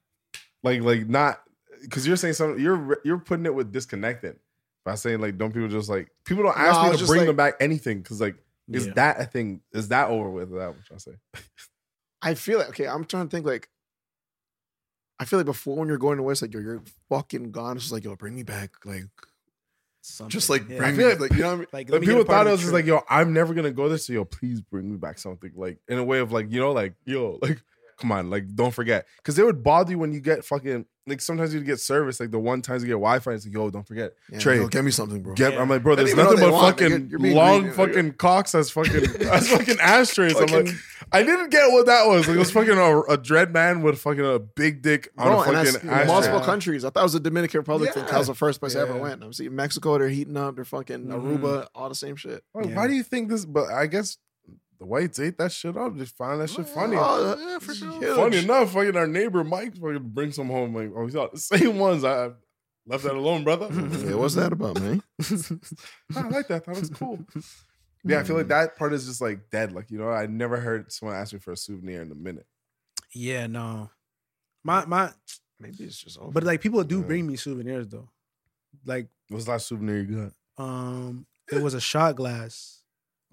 S2: like like not because you're saying something. You're re- you're putting it with disconnected by saying like, don't people just like people don't
S3: No, I
S2: ask
S3: was
S2: me to
S3: just
S2: bring
S3: like-
S2: them back anything because like is
S4: Yeah.
S2: that a thing? Is that over with? Is that what I say?
S3: I feel like okay. I'm trying to think like. I feel like before when you're going away, it's like yo, you're fucking gone. It's just like yo, bring me back, like just like
S4: Yeah.
S3: bring
S2: I
S3: me,
S2: feel
S3: like,
S2: like-
S3: you know what I mean.
S4: Like, let
S2: Like
S4: me get a
S2: people
S4: part
S2: thought it
S4: of the
S2: was just
S4: trip.
S2: like, yo, I'm never gonna go there. So yo, please bring me back something. Like in a way of like, yo, like, yo, like, come on, like, don't forget. Cause they would bother you when you get fucking like sometimes you'd get service, like the one times you get Wi-Fi, it's like, yo, don't forget.
S3: Yeah,
S2: Trade.
S3: yo, get me something, bro.
S2: Get, I'm like, bro,
S3: That's
S2: there's
S3: even all
S2: nothing
S3: they
S2: but
S3: want, nigga.
S2: fucking
S3: You're being
S2: long
S3: greedy, nigga.
S2: fucking cocks as fucking as fucking ashtrays. I'm like,
S3: Fucking-
S2: I didn't get what that was. Like it was fucking a, a dread man with fucking a big dick on
S3: Bro,
S2: a
S3: and that's
S2: fucking ashtray.
S3: multiple countries. I thought it was the Dominican Republic thing. 'cause That was the first place I ever
S4: Yeah.
S3: went. I'm seeing Mexico. They're heating up. They're fucking Aruba. All the same shit.
S2: Like,
S4: Yeah.
S2: Why do you think this? But I guess the whites ate that shit up. Just find that shit funny.
S3: Oh, yeah, for sure.
S2: Funny
S3: Huge.
S2: enough, fucking our neighbor Mike fucking brings some home. Like, oh, he's out the same ones. I left that alone, brother.
S3: Yeah, what's that about, man?
S2: I like that. That was cool. Hmm. Yeah, I feel like that part is just like dead. Like, you know, I never heard someone ask me for a souvenir in a minute.
S4: Yeah, no. My my,
S3: Maybe it's just over.
S4: but like people do
S2: Yeah.
S4: bring me souvenirs though. Like
S2: What's the last souvenir you got?
S4: um, it was a shot glass.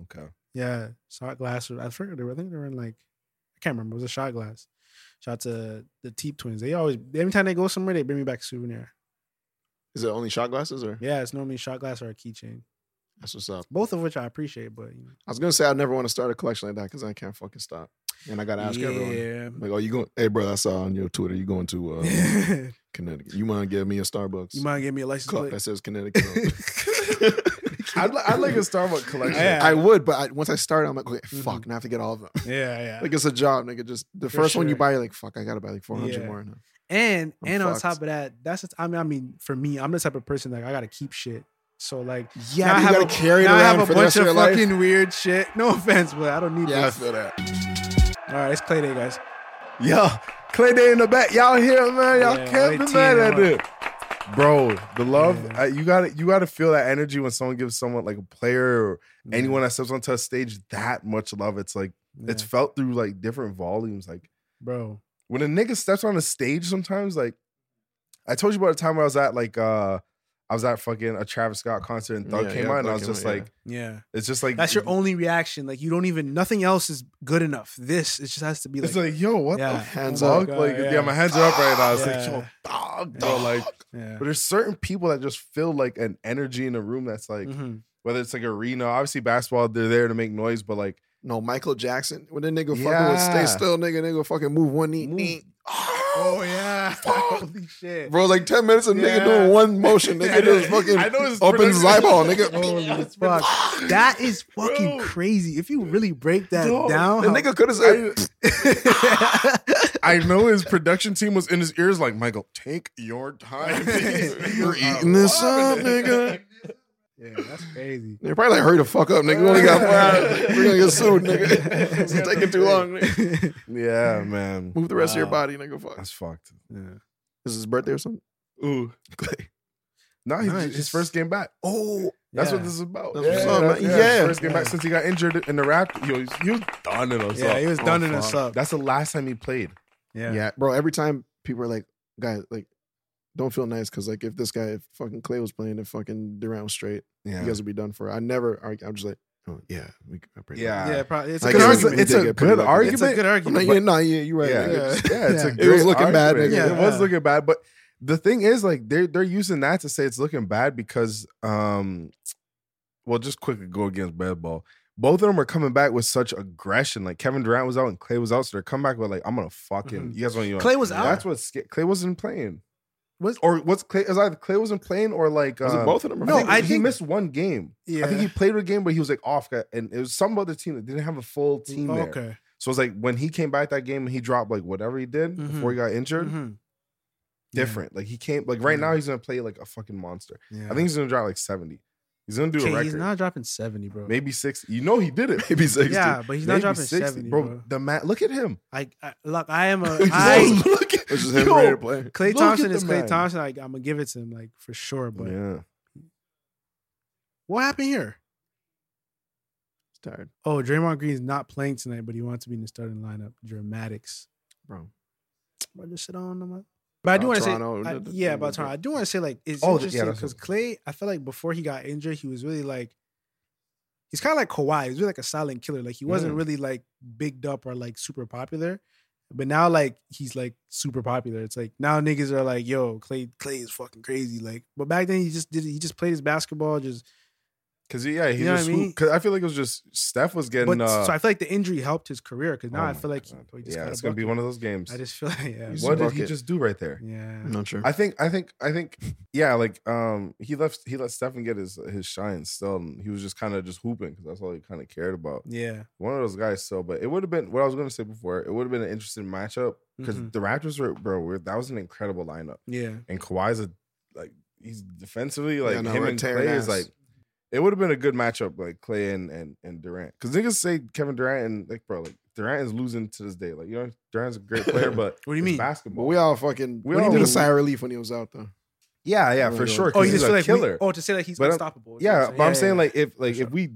S2: Okay.
S4: Yeah, shot glass. I forget they were. I think they were in like I can't remember. It was a shot glass. Shout out to the Teep twins. They always every time they go somewhere they bring me back a souvenir.
S3: Is it only shot glasses or?
S4: Yeah, it's normally shot glass or a keychain.
S3: That's what's up.
S4: Both of which I appreciate, but you know.
S3: I was gonna say I never want to start a collection like that because I can't fucking stop. And I gotta ask everyone. Like, oh, you going? Hey, bro, I saw on your Twitter you going to uh, Connecticut. You mind give me a Starbucks
S4: you mind give me a license
S3: cup
S4: plate?
S3: that says Connecticut? on it?
S2: I'd, li- I'd like a Starbucks collection.
S4: Yeah. Mm-hmm.
S3: I would, but I, once I start, I'm like, okay, fuck, now I have to get all of them.
S4: Yeah, yeah.
S3: Like it's a job, nigga. Just the
S4: For
S3: first one you
S4: sure.
S3: buy, you're like, fuck, I gotta buy like 400
S4: Yeah.
S3: more. Now.
S4: and
S3: I'm
S4: and
S3: fucked.
S4: on top of that, that's the t- I mean, I mean, for me, I'm the type of person like I gotta keep shit. So like,
S3: Yeah,
S4: now
S3: but
S4: I
S3: you
S4: have
S3: gotta
S4: a,
S3: carry it
S4: now I have
S3: around
S4: a
S3: for the
S4: bunch
S3: rest of
S4: of
S3: your life.
S4: fucking weird shit. No offense, but I don't need
S3: Yeah, I
S4: this.
S3: feel that.
S4: All right, it's Clay Day, guys.
S2: Yo, Clay Day in the back. Y'all hear man? Y'all
S4: Yeah,
S2: can't
S4: what
S2: be
S4: a
S2: mad
S4: team,
S2: at
S4: huh?
S2: it. Bro, the love
S4: Yeah.
S2: uh, you got to you got to feel that energy when someone gives someone like a player or anyone that steps onto a stage that much love. It's like it's
S4: Yeah,
S2: felt through like different volumes. Like
S4: bro.
S2: when a nigga steps on a stage, sometimes like I told you about a time where I was at like uh I was at fucking a Travis Scott concert and Thug
S3: Yeah,
S2: came
S3: yeah,
S2: out and
S3: Thug
S2: I was
S3: came
S2: just
S3: out, yeah.
S2: like
S4: Yeah.
S2: it's just like
S4: That's your only reaction. Like you don't even nothing else is good enough. This it just has to be like,
S2: It's like, yo, what
S4: Yeah.
S2: the
S3: Hands
S2: hands up?
S3: up.
S2: Like,
S4: Yeah.
S2: yeah. my hands are up right now. It's
S4: Yeah.
S2: like, yo, dog, dog. Like,
S4: yeah.
S2: but there's certain people that just feel like an energy in a room that's like,
S4: Mhm.
S2: whether it's like arena, obviously basketball, they're there to make noise, but like,
S3: No, Michael Jackson. When that nigga fucking would stay
S2: Yeah.
S3: still, nigga, nigga fucking move one knee.
S2: Move.
S3: knee.
S4: Oh yeah. Holy shit.
S3: Bro, like 10 minutes of nigga
S4: Yeah.
S3: doing one motion. Nigga just fucking
S2: I know it's
S3: opens his
S2: production.
S3: eyeball. Nigga,
S4: Holy fuck. That is fucking
S2: Bro.
S4: crazy. If you really break that
S2: Dog,
S4: down,
S3: the
S4: how-
S3: nigga could have said,
S2: I know his production team was in his ears like, Michael, take your time.
S3: You're eating this up, nigga.
S4: yeah, that's crazy.
S3: They're probably like, hurry the fuck up, nigga. We only got four hours. We're gonna get sued, nigga. This is taking too long. Nigga.
S2: Yeah, man.
S3: Move the rest of your
S4: Wow.
S3: body, nigga. Fuck.
S2: That's fucked.
S3: Is his birthday or something?
S2: Ooh. No, he's
S3: Nice.
S2: his first game back.
S3: Oh,
S2: That's
S4: Yeah.
S2: what this is about.
S3: That's what's up, man.
S2: his
S3: Yeah.
S2: First game back since he got injured in the rap. Yo, he's- he was done in us
S4: Yeah,
S2: up.
S4: he was done in us
S2: fuck.
S4: up.
S2: That's the last time he played.
S3: yeah.
S4: Yeah.
S3: bro. Every time people are like, guys, like, don't feel nice because like if this guy, if fucking Clay was playing, if fucking Durant was straight,
S2: Yeah.
S3: you guys would be done for. I never. I, I'm just like, oh yeah, we, I break
S2: Yeah.
S4: Yeah, probably. It's,
S3: Like,
S4: a good
S3: it was-
S4: argument.
S3: it's a good
S4: It's a good
S3: I'm
S4: argument.
S3: like, yeah, nah, yeah, you're right.
S2: yeah,
S3: nigga.
S2: it's- yeah, it's a
S4: Yeah.
S2: great
S3: It was looking bad,
S2: argument.
S3: nigga.
S2: It was
S4: Yeah.
S2: looking bad, but the thing is, like they're they're using that to say it's looking bad because, um, well, just quickly go against bad ball. Both of them are coming back with such aggression. Like Kevin Durant was out and Clay was out, so they're coming back with like, "I'm gonna fucking."
S4: Mhm.
S2: You guys want you?
S4: Clay was out.
S2: That's what sca- Clay wasn't playing. Was or what's Clay? Is either Clay wasn't playing or like
S3: Was it
S2: um,
S3: both of them? or
S2: No,
S3: fucking-
S2: I
S4: I
S2: think he
S4: think-
S2: missed one game.
S4: yeah.
S2: I think he played a game, but he was like off, and it was some other team that didn't have a full team. There.
S4: Oh, Okay.
S2: So it's like when he came back that game and he dropped like whatever he did before he got injured,
S4: Mhm.
S2: different. Like he came like right now he's gonna play like a fucking monster.
S4: Yeah.
S2: I think he's gonna drop like seventy. He's gonna do
S4: Okay,
S2: a record,
S4: he's not dropping seventy, bro.
S2: maybe six. You know he did it, maybe sixty.
S4: Yeah, but he's not dropping 70, bro.
S2: The man, look at him.
S4: I, I look. I am a. I,
S2: look at
S3: It's just him
S2: Yo.
S3: ready to play.
S4: Clay
S2: Look
S4: Thompson
S2: at the
S4: is Clay
S2: man.
S4: Thompson. Like, I'm gonna give it to him, like for sure. But
S2: yeah,
S4: what happened here?
S3: It's tired,
S4: Oh, Draymond Green's not playing tonight, but he wants to be in the starting lineup. Dramatics.
S3: bro.
S4: Bro, just sit on him. But I do
S3: About
S4: want to say,
S3: Toronto,
S4: I-
S3: the- the-
S4: yeah,
S3: the-
S4: about Toronto. I do want to say, like, it's
S2: Oh, th- yeah,
S4: interesting
S2: that's
S4: because
S2: what-
S4: Clay, I feel like before he got injured, he was really like, he's kind of like Kawhi. He was really like a silent killer. Like, he
S2: Mm.
S4: wasn't really like bigged up or like super popular. But now, like, he's like super popular. It's like now niggas are like, yo, Clay, Clay is fucking crazy. Like, but back then he just did, he just played his basketball. Just,
S2: because yeah, he
S4: You know
S2: just
S4: what I mean?
S2: because I feel like it was just Steph was getting.
S4: but
S2: uh,
S4: so I feel like the injury helped his career because now
S2: oh my
S4: I feel like,
S2: God.
S4: oh, he just
S2: yeah,
S4: got a
S2: it's gonna be
S4: bucket.
S2: one of those games.
S4: I just feel like, yeah.
S3: He's-
S2: what did he
S3: bucket.
S2: just do right there?
S4: yeah.
S3: I'm not sure.
S2: I think I think I think yeah, like um he left he let Stephen get his his shine still and he was just kind of just hooping because that's all he kind of cared about.
S4: Yeah.
S2: One of those guys still, but it would have been what I was gonna say before, it would have been an interesting matchup because
S4: Mhm.
S2: the Raptors were bro, were, that was an incredible lineup.
S4: Yeah.
S2: And Kawhi's a like he's defensively like
S3: no,
S2: him
S3: we're
S2: and
S3: tearing
S2: Clay is
S3: ass.
S2: like it would have been a good matchup like Clay and and, and Durant. Cause niggas say Kevin Durant and like bro, like Durant is losing to this day. Like, you know, Durant's a great player, but
S4: What do you
S2: it's
S4: mean?
S3: But
S2: Basketball.
S3: we all fucking.
S2: We
S3: We,
S2: all-
S3: did a sigh of relief when he was out though.
S2: yeah, yeah, for
S3: Really?
S2: sure.
S4: Oh,
S2: 'cause
S4: you
S2: he's
S4: just
S2: a
S4: feel like we-
S2: killer.
S4: oh to say like he's
S2: But I'm-
S4: unstoppable. is what
S2: Yeah, but I'm saying
S4: yeah,
S2: like if like
S4: sure.
S2: if we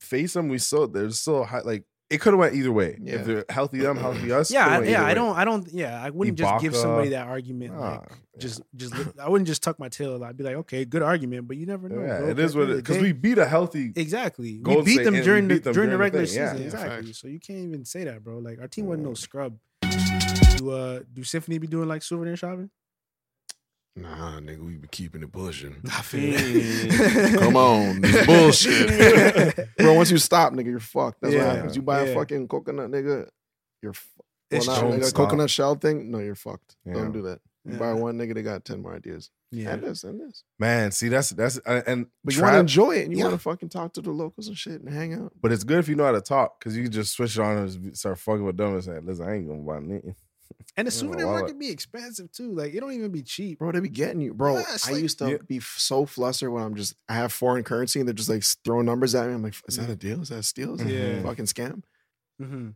S2: face them, we still there's still high, like it could have went either way.
S3: Yeah.
S2: If they're healthy them, healthy us.
S4: yeah,
S2: could've
S4: I,
S2: went
S4: yeah.
S2: either
S4: I
S2: way.
S4: don't, I don't, yeah. I wouldn't just give
S2: Ibaka.
S4: somebody that argument.
S2: Nah,
S4: like,
S2: yeah.
S4: just, just li- I wouldn't just tuck my tail. I'd be like, okay, good argument, but you never know.
S2: yeah,
S4: bro.
S2: it is what it
S4: At the end of the
S2: because
S4: day-
S2: we beat a healthy.
S4: exactly we
S2: Golden
S4: beat
S2: State
S4: them
S2: and we
S4: during the
S2: beat them
S4: during the
S2: during the
S4: regular
S2: thing, yeah.
S4: season.
S2: Yeah,
S4: exactly.
S3: facts.
S4: So you can't even say that, bro. Like our team wasn't no scrub. Do uh do Symphony be doing like souvenir shopping?
S3: Nah, nigga, we be keeping it pushing.
S4: I feel it.
S3: Come on, this is bullshit, bro. Once you stop, nigga, you're fucked. That's
S4: Yeah.
S3: what happens. You buy a
S4: Yeah.
S3: fucking coconut, nigga, you're. F- well,
S4: It's
S3: not,
S2: true.
S3: nigga,
S2: Don't
S3: coconut shell thing. No, you're fucked.
S2: Yeah.
S3: Don't do that. You buy
S4: Yeah.
S3: one, nigga, they got ten more ideas.
S4: Yeah.
S3: And this, and this.
S2: Man, see that's that's uh, and
S3: But you
S2: trap-
S3: want to enjoy it, and you
S2: Yeah.
S3: want to fucking talk to the locals and shit, and hang out.
S2: but it's good if you know how to talk because you can just switch it on and just start fucking with them and say, "Listen, I ain't gonna buy nothing."
S4: And the
S2: Yeah,
S4: souvenir
S2: wallet.
S4: market be expensive too. Like it don't even be cheap.
S3: Bro, they be getting you. Bro,
S4: Yeah, it's
S3: I
S4: like-
S3: used to
S2: Yeah.
S3: be f- so flustered when I'm just, I have foreign currency and they're just like s- throwing numbers at me. I'm like, is that a deal? Is that a steal? Is that
S2: Yeah.
S3: a fucking scam?
S4: Mm-hmm.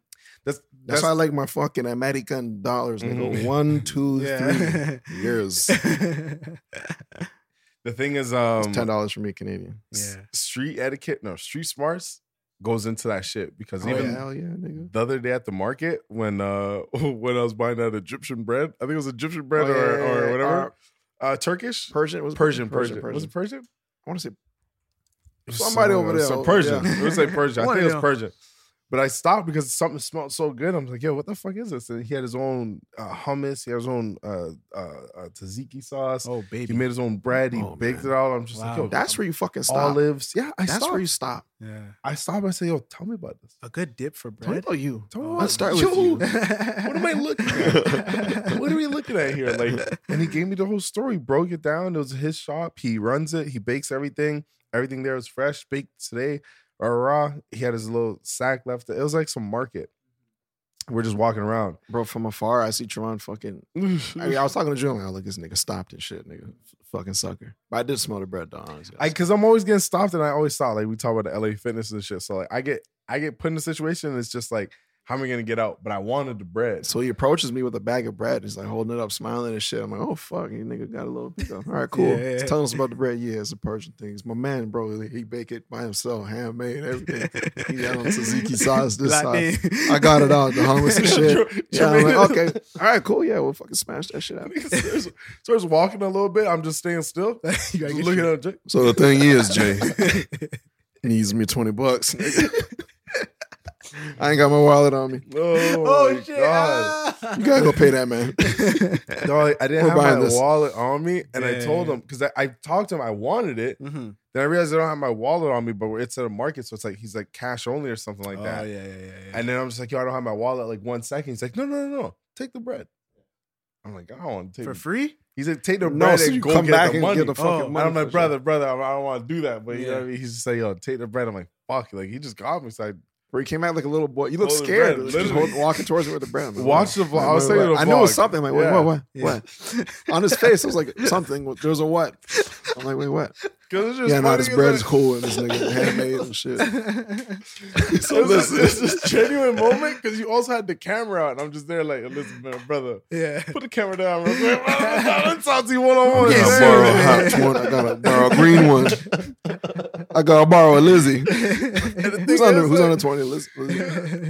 S2: That's
S3: That's,
S2: that's,
S3: why I like my fucking American dollars.
S2: Mhm.
S3: Nigga. One, two, three
S4: Yeah.
S3: years.
S2: the thing is um
S3: It's $10 for me, Canadian.
S2: s-
S4: Yeah.
S2: street etiquette no street smarts goes into that shit because
S3: Oh,
S2: even
S3: yeah, hell yeah, nigga.
S2: the other day at the market when uh when I was buying that Egyptian bread. I think it was Egyptian
S3: Oh,
S2: bread
S3: yeah,
S2: or,
S3: yeah,
S2: or
S3: yeah.
S2: whatever.
S3: Uh,
S2: Uh, Turkish?
S3: Persian was it
S2: Persian, Persian, Was
S3: Persian.
S2: it Persian?
S3: I want to say
S2: It was
S3: Somebody
S2: somewhere-
S3: over
S2: it was
S3: there,
S2: Some Persian.
S3: yeah.
S2: It was like Persian. I
S4: One
S2: think
S4: of
S2: it was
S4: them.
S2: Persian. But I stopped because something smelled so good. I'm like, yo, what the fuck is this? And he had his own uh, hummus. He had his own uh, uh, uh, tzatziki sauce.
S4: Oh baby.
S2: He made his own bread. He
S3: Oh,
S2: baked
S3: man.
S2: it out. I'm just
S4: Wow.
S2: like, yo,
S3: That's where you fucking stop.
S2: olives. Yeah, I
S3: That's
S2: stopped.
S3: where you stop.
S4: yeah.
S2: I stopped. I said, yo, tell me about this.
S4: A good dip for
S3: Tell me
S4: bread.
S3: about you.
S2: Tell me
S4: Oh,
S2: about
S3: Let's start with
S2: yo,
S3: you.
S2: What am I looking at? what are we looking at here? Like, and he gave me the whole story. Broke it down. It was his shop. He runs it. He bakes everything. Everything there is fresh, baked today or raw. He had his little sack left. It was like some market. We're just walking around.
S3: Bro, from afar, I see Tron fucking. I, mean, I was talking to Drew. I'm like, oh, look, this nigga stopped and shit, nigga. Fucking sucker. But I did smell the bread, though. honestly.
S2: I because I'm always getting stopped, and I always thought like we talk about the LA fitness and shit. So like I get I get put in a situation, and it's just like how am I gonna get out? But I wanted the bread.
S3: so he approaches me with a bag of bread. He's like holding it up, smiling and shit. I'm like, oh, fuck, you nigga got a little pickup. All right, cool.
S4: Yeah, yeah,
S3: He's
S4: yeah.
S3: telling us about the bread. Yeah, it's a Persian thing. It's my man, bro. He bake it by himself, handmade, everything. He got on tzatziki sauce, this
S4: Like,
S3: sauce. I got it out, the hummus and shit.
S2: Jer-
S3: Yeah, I'm
S2: Jermaine-
S3: like, okay, all right, cool. Yeah, we'll fucking smash that shit out.
S2: so I was walking a little bit. I'm just staying still. Just
S4: gotta get
S2: looking at Jay.
S3: So the thing is, Jay needs me twenty bucks. I ain't got my wallet on me.
S2: Oh, Ah. my God.
S3: You gotta go pay that man.
S2: Dog, I didn't
S3: We're
S2: have my
S3: buying this.
S2: wallet on me, and I told
S4: Yeah.
S2: him because I, I talked to him. I wanted it.
S4: hmm
S2: Then I realized I don't have my wallet on me, but we're- it's at a market, so it's like he's like cash only or something like
S4: oh
S2: that.
S4: yeah, yeah, yeah. yeah.
S2: And then I'm just like, yo, I don't have my wallet. Like one second, he's like, no, no, no, no, take the bread. I'm like, I don't want to take
S4: for
S2: the-
S4: free?
S2: He's like, take the
S3: No,
S2: bread
S3: so
S2: and
S3: you
S2: go
S3: come
S2: get
S3: back
S2: the
S3: and
S2: money.
S3: get the fucking
S2: oh, And
S3: money
S2: I'm
S3: for
S2: like,
S3: sure.
S2: brother, brother, I don't want to do that. But you know
S4: Yeah.
S2: what I mean? He's just like, yo, take the bread. I'm like, fuck. Like he just got me. So I
S3: Where he came out like a little boy. You look
S2: Holding
S3: scared.
S2: bread,
S3: Just hold-
S2: Oh, literally.
S3: walking towards me with the bread. I'm like,
S2: Watch
S3: what?
S2: the vlog. I was thinking of the
S3: I knew it was
S2: vlog.
S3: something. I'm like, wait,
S2: Yeah.
S3: what, what,
S4: Yeah.
S3: what? On his face, it was like something. There's a what? I'm like, wait, what?
S2: Cause it's just
S3: yeah, no,
S2: funny
S3: this
S2: as
S3: bread
S2: I-
S3: is cool and this nigga handmade and shit.
S2: So listen, it's this genuine moment because you also had the camera out, and I'm just there like, listen, man, brother,
S4: Yeah.
S2: put the camera down real quick. Let's talk to you one on one.
S3: I gotta borrow a hot one. I gotta borrow a green one. I gotta borrow a Lizzie. Who's on the, who's on the 20? Liz, Liz,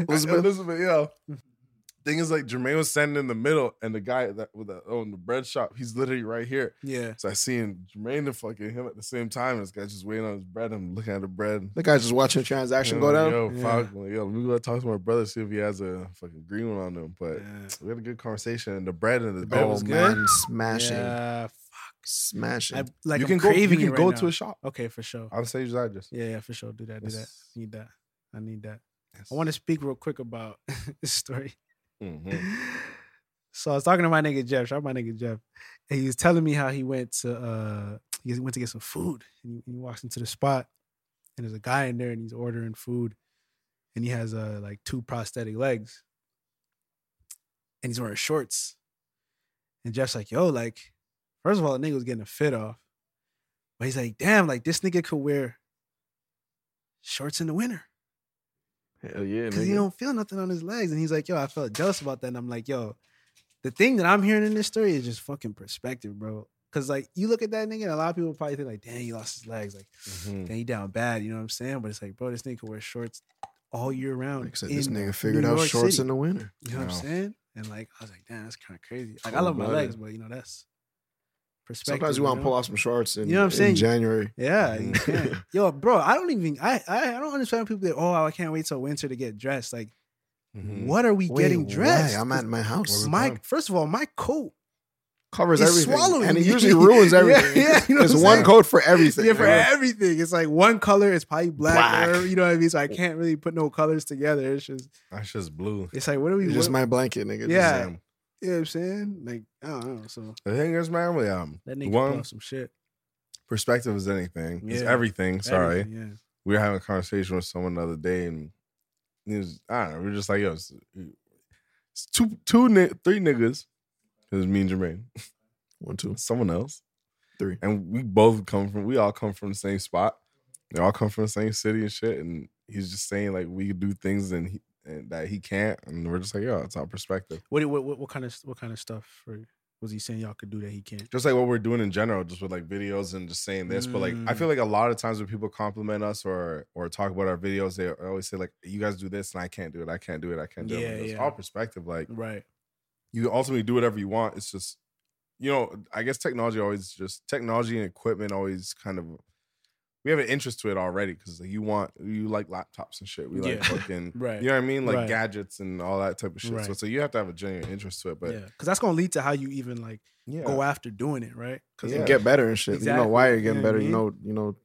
S3: Elizabeth?
S2: Elizabeth, yeah. Thing is, like Jermaine was standing in the middle, and the guy that with the own the bread shop, he's literally right here.
S4: Yeah.
S2: So I seen Jermaine and fucking him at the same time. This guy's just waiting on his bread. I'm looking at the bread.
S3: The guy's just watching the transaction
S2: And
S3: go
S2: I'm
S3: down.
S2: like, Yo, fuck, I'm like, yo, let me go talk to my brother see if he has a fucking green one on him. But
S4: Yeah.
S2: we had a good conversation, and the bread and the,
S3: Oh
S2: bread was good.
S3: man, smashing,
S4: Yeah.
S3: smashing.
S4: I, like
S2: you
S4: I'm
S2: can go. You
S4: craving
S2: can
S4: it
S2: go
S4: right
S2: to
S4: now.
S2: a shop.
S4: Okay, for sure.
S2: I'll send you his address.
S4: Yeah, yeah, for sure. Do that. Do that.
S2: Yes.
S4: Need that. I need that. I want to speak real quick about this story. Mm-hmm.
S2: Mhm.
S4: So I was talking to my nigga Jeff. Shout out my nigga Jeff, and he was telling me how he went to uh he went to get some food, and he, he walks into the spot, and there's a guy in there, and he's ordering food, and he has uh like two prosthetic legs, and he's wearing shorts, and Jeff's like, yo, like, first of all, the nigga was getting a fit off, but he's like, damn, like this nigga could wear shorts in the winter.
S3: Hell yeah,
S4: Because he don't feel nothing on his legs. And he's like, yo, I felt jealous about that. And I'm like, yo, the thing that I'm hearing in this story is just fucking perspective, bro. Cause like you look at that nigga, and a lot of people probably think like, damn, he lost his legs. Like,
S2: Mhm.
S4: damn, he down bad. You know what I'm saying? But it's like, bro, this nigga can wear shorts all year round.
S3: Like I said, this
S4: in
S3: nigga figured
S4: New
S3: out
S4: York
S3: shorts
S4: City.
S3: in the winter.
S4: You know what
S2: Wow.
S4: I'm saying? And like, I was like, damn, that's kind of crazy. Like, I
S3: Cold
S4: love my
S3: blooded.
S4: legs, but you know, that's perspective.
S3: Oh, Sometimes you want to
S4: know?
S3: pull off some shorts in,
S4: You know what I'm
S3: in
S4: saying?
S3: January.
S4: Yeah, you
S2: Mhm.
S4: can't. yo, bro, I don't even I, I I don't understand people that oh I can't wait till winter to get dressed. Like,
S2: Mhm.
S4: what are we
S3: Wait,
S4: getting
S3: why?
S4: dressed?
S3: I'm at my house.
S4: It's my first of all, my coat
S3: Covers
S4: is
S3: everything,
S4: swallowing
S3: and it
S4: me.
S3: usually ruins
S4: Yeah,
S3: everything.
S4: yeah, you know
S3: There's
S4: what I'm
S3: one
S4: saying?
S3: coat for everything.
S4: yeah, for
S3: bro.
S4: everything. It's like one color. It's probably black.
S3: Black.
S4: Or, you know what I mean? So I
S2: Mm.
S4: can't really put no colors together. It's just
S2: That's just blue.
S4: it's like what are we?
S3: It's just
S4: what-
S3: my blanket, nigga. Just-
S4: yeah. You know what I'm saying? Like I don't know. So
S2: The thing is, man, we, um,
S4: that nigga
S2: one
S4: pull some shit.
S2: perspective is anything. It's
S4: Yeah.
S2: everything. Sorry,
S4: Everything, yeah.
S2: we were having a conversation with someone the other day, and it was, I don't know. We were just like, yo, it's, it's two, two, ni- three niggas. It was me and Jermaine,
S3: One, two,
S2: someone else,
S3: three.
S2: and we both come from. We all come from the same spot. They all come from the same city and shit. And he's just saying like we could do things and, he, and that he can't, and we're just like, yo, it's our perspective.
S4: What, what what what kind of what kind of stuff for, was he saying y'all could do that he can't?
S2: just like what we're doing in general, just with like videos and just saying this. But like, I
S4: Mm.
S2: feel like a lot of times when people compliment us or or talk about our videos, they always say like, "You guys do this, and I can't do it. I can't do it. I can't do it."
S4: Yeah,
S2: Like, It's
S4: yeah. Mm.
S2: all perspective. Like,
S4: Right.
S2: you can ultimately do whatever you want. It's just, you know, I guess technology always just technology and equipment always kind of we have an interest to it already because like, you want you like laptops and shit. We like
S4: Yeah.
S2: fucking
S4: Right.
S2: You know what I mean? Like
S4: Right.
S2: gadgets and all that type of shit. So
S4: Right.
S2: it's like you have to have a genuine interest to it. But
S4: yeah, Oh, because that's gonna lead to how you even like
S2: yeah,
S4: go after doing it, right?
S3: Because
S2: Yeah.
S3: you get better and shit. You know
S4: Exactly.
S3: why you're getting
S4: Yeah,
S3: better.
S4: I
S3: You know, you know,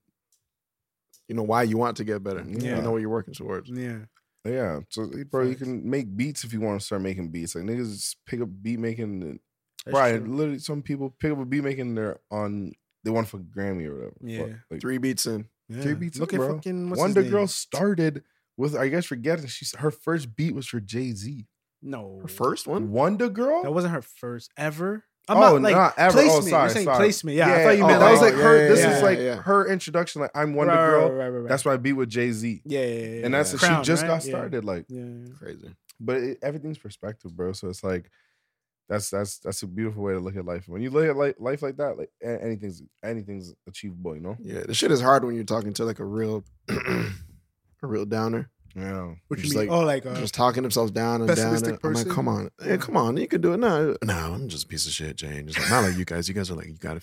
S3: you know why you want to get better.
S2: Yeah.
S3: You know what you're working towards.
S4: Yeah,
S2: yeah. So bro, you
S4: Facts.
S2: can make beats if you want to start making beats. Like niggas just pick up beat making. and-
S4: that's
S2: Right,
S4: true.
S2: literally, some people pick up a beat making their on they won for Grammy or whatever.
S4: Yeah.
S2: Fuck, like,
S3: Three beats in.
S4: Yeah.
S2: three beats in,
S4: Look at
S2: bro.
S4: fucking what's his
S2: Wonder
S4: name?
S2: Girl started with I guess forgetting she's her first beat was for Jay Z.
S4: No,
S3: Her first one.
S2: Wonder Girl.
S4: That wasn't her first ever. I'm
S2: oh,
S4: not like
S2: ever.
S4: placement.
S2: Oh,
S4: You're
S2: sorry,
S4: saying
S2: sorry.
S4: placement. Yeah, I thought you
S2: oh,
S4: meant
S2: that was
S4: like-
S2: like her.
S3: yeah,
S2: this
S3: yeah,
S2: is like
S3: yeah.
S2: her introduction. Like I'm Wonder
S4: Right, right,
S2: Girl.
S4: right, right, right.
S2: That's why I beat with Jay Z.
S4: Yeah, yeah, yeah,
S2: And that's the
S3: Yeah.
S2: shit
S4: Crown,
S2: just
S4: right?
S2: got
S4: Yeah.
S2: started. Like,
S4: yeah.
S3: Crazy.
S2: but it, everything's perspective, bro. So it's like. That's that's that's a beautiful way to look at life. When you look at life, life like that, like a- anything's anything's achievable, you know.
S3: Yeah, the shit is hard when you're talking to like a real, a real downer.
S2: Yeah,
S4: What you
S3: Just
S4: mean?
S3: like-
S4: oh, like uh,
S3: just talking themselves down and down.
S4: pessimistic
S3: I'm like,
S4: person?
S3: come on, yeah, come on, you can do it. No, no, I'm just a piece of shit, Jane. Just like, not like you guys. You guys are like, you gotta.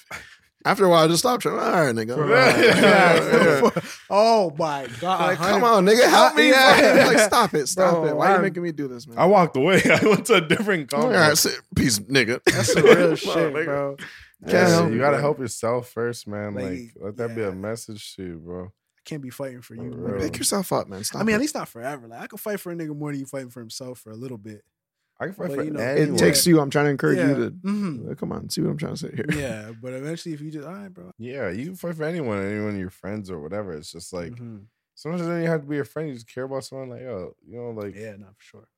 S3: After a while, I just stop trying. All right, nigga. all right.
S2: Yeah, yeah.
S4: oh my god!
S3: Like, come
S4: 100
S3: on, nigga, help me.
S4: Yeah.
S3: Like, stop it, stop
S4: Bro,
S3: it. Why are you
S4: I'm-
S3: making me do this, man?
S2: I walked away. I went to a different
S3: All
S2: conference.
S3: right, sit, peace, nigga.
S4: That's some real shit,
S3: nigga.
S4: bro.
S3: Can't
S2: Yeah,
S3: help
S2: you
S3: it,
S2: gotta
S3: bro.
S2: help yourself first, man. Like,
S4: Like,
S2: let that be a
S4: yeah.
S2: message to you, bro.
S4: Can't be fighting for you.
S2: Bro.
S4: bro.
S3: Pick yourself up, man. Stop
S4: I
S3: it.
S4: mean, at least not forever. Like I could fight for a nigga more than you fighting for himself for a little bit.
S2: I can fight
S4: But,
S2: for
S4: you know,
S3: it
S2: anyone.
S3: takes you. I'm trying to encourage
S4: yeah.
S3: you
S4: Mhm.
S3: to uh, come on. See what I'm trying to say here.
S4: yeah, but eventually, if you just all right, bro.
S2: Yeah, you can fight for anyone, anyone of your friends or whatever. It's just like
S3: Mm-hmm.
S4: Mhm.
S2: sometimes it doesn't even have to be your friend. You just care about someone, like yo, you know, like.
S4: yeah, not for sure.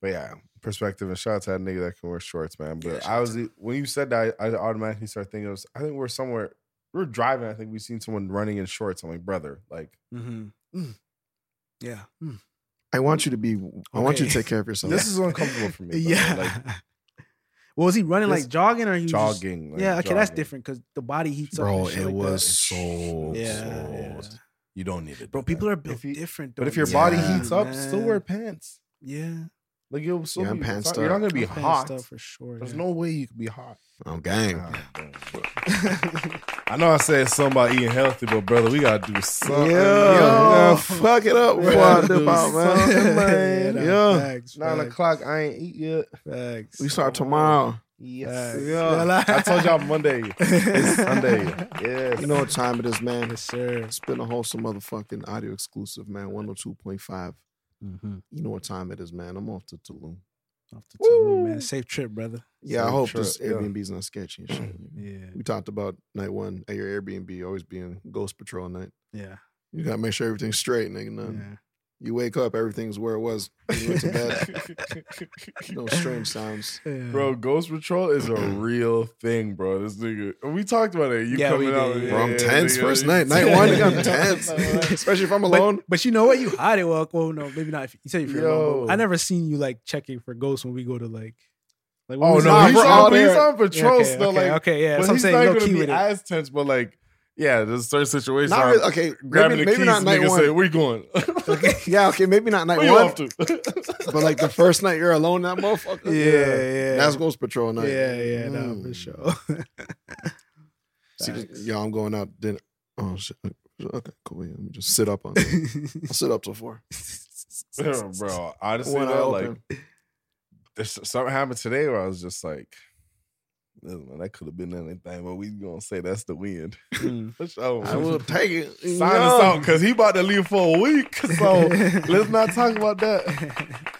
S2: But yeah, perspective and shout out to that nigga that can wear shorts, man.
S4: Yeah,
S2: But
S4: shout
S2: I
S4: out
S2: was e,
S4: to
S2: when you said that, I, I automatically started thinking of. I think we're somewhere. We're driving. I think we seen someone running in shorts. I'm like, brother, like
S4: Mm-hmm. Yeah. Mm.
S3: I want you to be. I want you to
S4: Okay.
S3: take care of yourself.
S2: this is uncomfortable for me. brother.
S4: Yeah.
S2: like
S4: well, was he running
S2: this-
S4: like jogging or he was just-
S2: jogging. like,
S4: yeah, okay, that's
S2: jogging.
S4: different because the body heats up.
S3: bro.
S4: and shit
S3: It
S4: like that.
S3: was so.
S4: Yeah,
S3: so-
S4: yeah.
S3: You don't need it,
S4: Bro, people are built
S2: If you-
S4: different.
S2: But
S4: though,
S2: if your
S4: man.
S2: body
S3: Yeah,
S2: heats up, still wear
S4: man.
S2: pants.
S4: Yeah.
S2: Like you'll still
S3: Yeah,
S2: be,
S3: pants
S2: it's not- you're not
S3: up.
S2: gonna be
S4: I'm paying
S2: hot.
S4: stuff for sure.
S2: There's
S4: yeah.
S2: no way you could be hot.
S3: I'm Oh, gang.
S2: Nah, bro. I know I said something about eating healthy, but brother, we gotta do something.
S3: Yeah,
S2: yo.
S3: yo, fuck it up,
S2: Yeah.
S3: what the about, man.
S2: Something,
S3: man.
S2: man.
S3: Yeah.
S4: Facts,
S2: Nine
S4: facts,
S2: o'clock, I ain't eat yet.
S4: facts.
S3: we start tomorrow.
S2: Yes.
S4: Facts.
S2: Yeah. I told y'all Monday. It's Sunday. Yes.
S3: You know what time it is, man.
S4: Yes, sir.
S3: It's been a wholesome motherfucking audio exclusive, man. 102.5. You know what time it is, man. I'm off to Tulum.
S4: Off the top, man. Safe trip, brother.
S3: Yeah, I
S2: Same
S3: hope
S2: trip,
S3: this
S2: yeah. Mm-hmm.
S3: Airbnb's not sketchy and shit.
S4: Yeah.
S3: We talked about night one at your Airbnb always being ghost patrol night.
S4: Yeah.
S3: You gotta make sure everything's straight, nigga. None.
S4: yeah.
S2: Um,
S3: You wake up, everything's where it was. when You went to bed. no strange sounds.
S2: Bro, Ghost Patrol is a real thing, bro. This nigga, we talked about it. You
S4: Yeah, we
S2: coming out?
S4: did.
S2: yeah,
S3: Bro, I'm
S2: yeah,
S3: tense
S2: nigga.
S3: first night. Night one, nigga, I'm tense. Especially if I'm alone.
S4: But, but you know what? You hide it well. Well, no, maybe not. If you said you are alone.
S2: Yo.
S4: but I never seen you like checking for ghosts when we go to like. Like when
S2: Oh
S4: we was
S2: no,
S4: out-
S3: Nah,
S2: he's,
S3: we're
S2: on,
S3: all
S2: he's
S3: there.
S2: on patrol
S4: okay,
S2: still.
S4: okay,
S2: like,
S4: okay, yeah.
S2: but
S4: That's what I'm
S2: he's
S4: saying.
S2: not
S4: Low
S2: gonna
S4: key
S2: be
S4: with it.
S2: as tense. But like, yeah, there's certain situations.
S3: Not
S2: I'm
S3: really, okay,
S2: grabbing
S3: maybe,
S2: the
S3: maybe
S2: keys,
S3: not night
S2: nigga say,
S3: one.
S2: "Where you going?
S3: Yeah, okay, maybe not night
S2: Where you
S3: one.
S2: off to?"
S3: But like the first night you're alone, that motherfucker.
S4: Yeah, yeah.
S3: That's Ghost Patrol night.
S4: Yeah, yeah, no, for
S3: Mm.
S4: sure.
S3: See, just- yo, I'm going out dinner. Oh shit. Okay, cool. Yeah, let me just sit up on. it. I'll sit up till four.
S2: bro. Honestly,
S3: One eye
S2: though, like
S3: open.
S2: there's something happened today where I was just like, "Listen, man, that could have been anything, but we gonna say that's the wind. Let's show
S3: Mm. I
S2: him.
S3: will take it.
S2: sign
S3: Yeah.
S2: us out because he about to leave for a week. So let's not talk about that.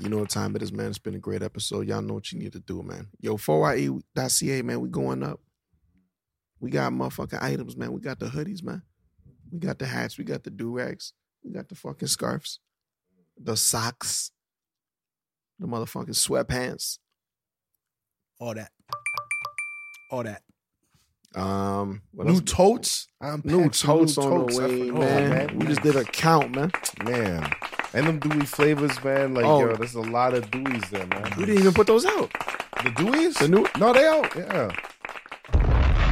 S3: You know what time it is, man. It's been a great episode. Y'all know what you need to do, man. Yo, E 4ye.ca, man. We going up. We got motherfucking items, man. We got the hoodies, man. We got the hats. We got the do-rags. We got the fucking scarves. The socks. The motherfucking sweatpants.
S4: All that. All that.
S3: Um, what
S2: New
S3: else?
S2: totes. I'm
S3: New
S2: packing new
S3: totes on the
S2: totes. I
S3: way,
S2: forgot,
S3: man. We just did a count, man.
S2: Man. And them Dewey flavors, man. Like,
S3: Oh.
S2: yo, there's a lot of Deweys there, man.
S3: We didn't even put those out.
S2: the Deweys?
S3: The new,
S2: no, they out. Yeah.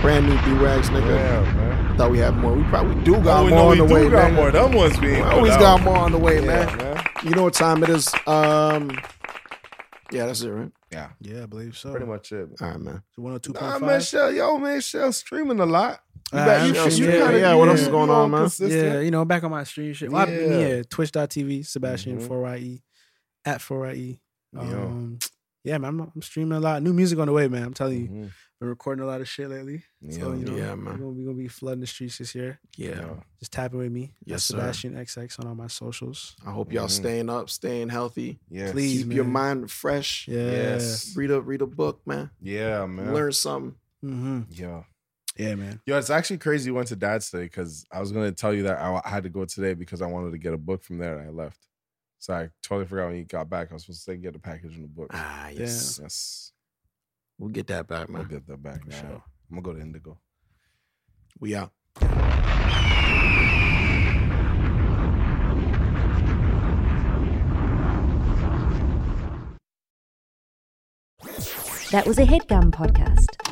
S3: brand new do-rags,
S2: Yeah,
S3: nigga.
S2: man.
S3: Thought we had more. We probably do got
S2: we
S3: more
S2: know
S3: on the
S2: we do
S3: way,
S2: got
S3: man.
S2: more. Them ones being.
S3: We always got more on the way,
S2: Yeah,
S3: man.
S2: man.
S3: You know what time it is. Um, yeah, that's it, right? Yeah.
S4: Yeah, I believe so.
S2: Pretty much it.
S3: All right, man.
S4: So 102.5.
S2: Nah, man, Shell, yo, man, Shell streaming a lot. You,
S4: Ah,
S2: back-
S4: I'm
S2: you-
S4: sure.
S2: you
S4: Yeah,
S2: kinda-
S4: yeah, what
S2: you-
S4: else is
S2: you
S3: going on, man?
S2: consistent.
S4: Yeah, you know, back on my stream shit. Well, I-
S2: Yeah.
S4: yeah. twitch.tv, Sebastian,
S2: Mhm.
S4: 4YE, at 4YE.
S2: Yo.
S4: Um, yeah, man, I'm, I'm streaming a lot. New music on the way, man. I'm telling you.
S2: Mhm.
S4: Been recording a lot of shit lately. So,
S2: Yo,
S4: you know,
S3: yeah,
S4: we're
S3: man.
S4: gonna- We're going to be flooding the streets this year.
S3: Yeah.
S2: yo.
S4: Just tapping with me. at
S3: Yes, sir. Mm-hmm.
S4: Sebastian XX on all my socials.
S3: I hope y'all
S2: Mhm.
S3: staying up, staying healthy.
S2: Yes.
S4: Please.
S3: Keep your
S4: man.
S3: mind fresh.
S4: Yeah.
S2: Yes.
S3: Read a read a book, man.
S2: Yeah, man.
S3: Learn something.
S4: hmm
S2: Yeah.
S4: Yeah, man.
S2: Yo, it's actually crazy you went to dad's today because I was going to tell you that I I had to go today because I wanted to get a book from there and I left. So I totally forgot when you got back. I was supposed to say get a package in the book.
S3: Ah,
S4: yes.
S2: Yes.
S3: We'll get that back,
S2: We'll
S3: man.
S2: get that back.
S4: For
S2: man.
S4: sure.
S2: I'm going to go to Indigo.
S3: We out.
S5: That was a headgum podcast.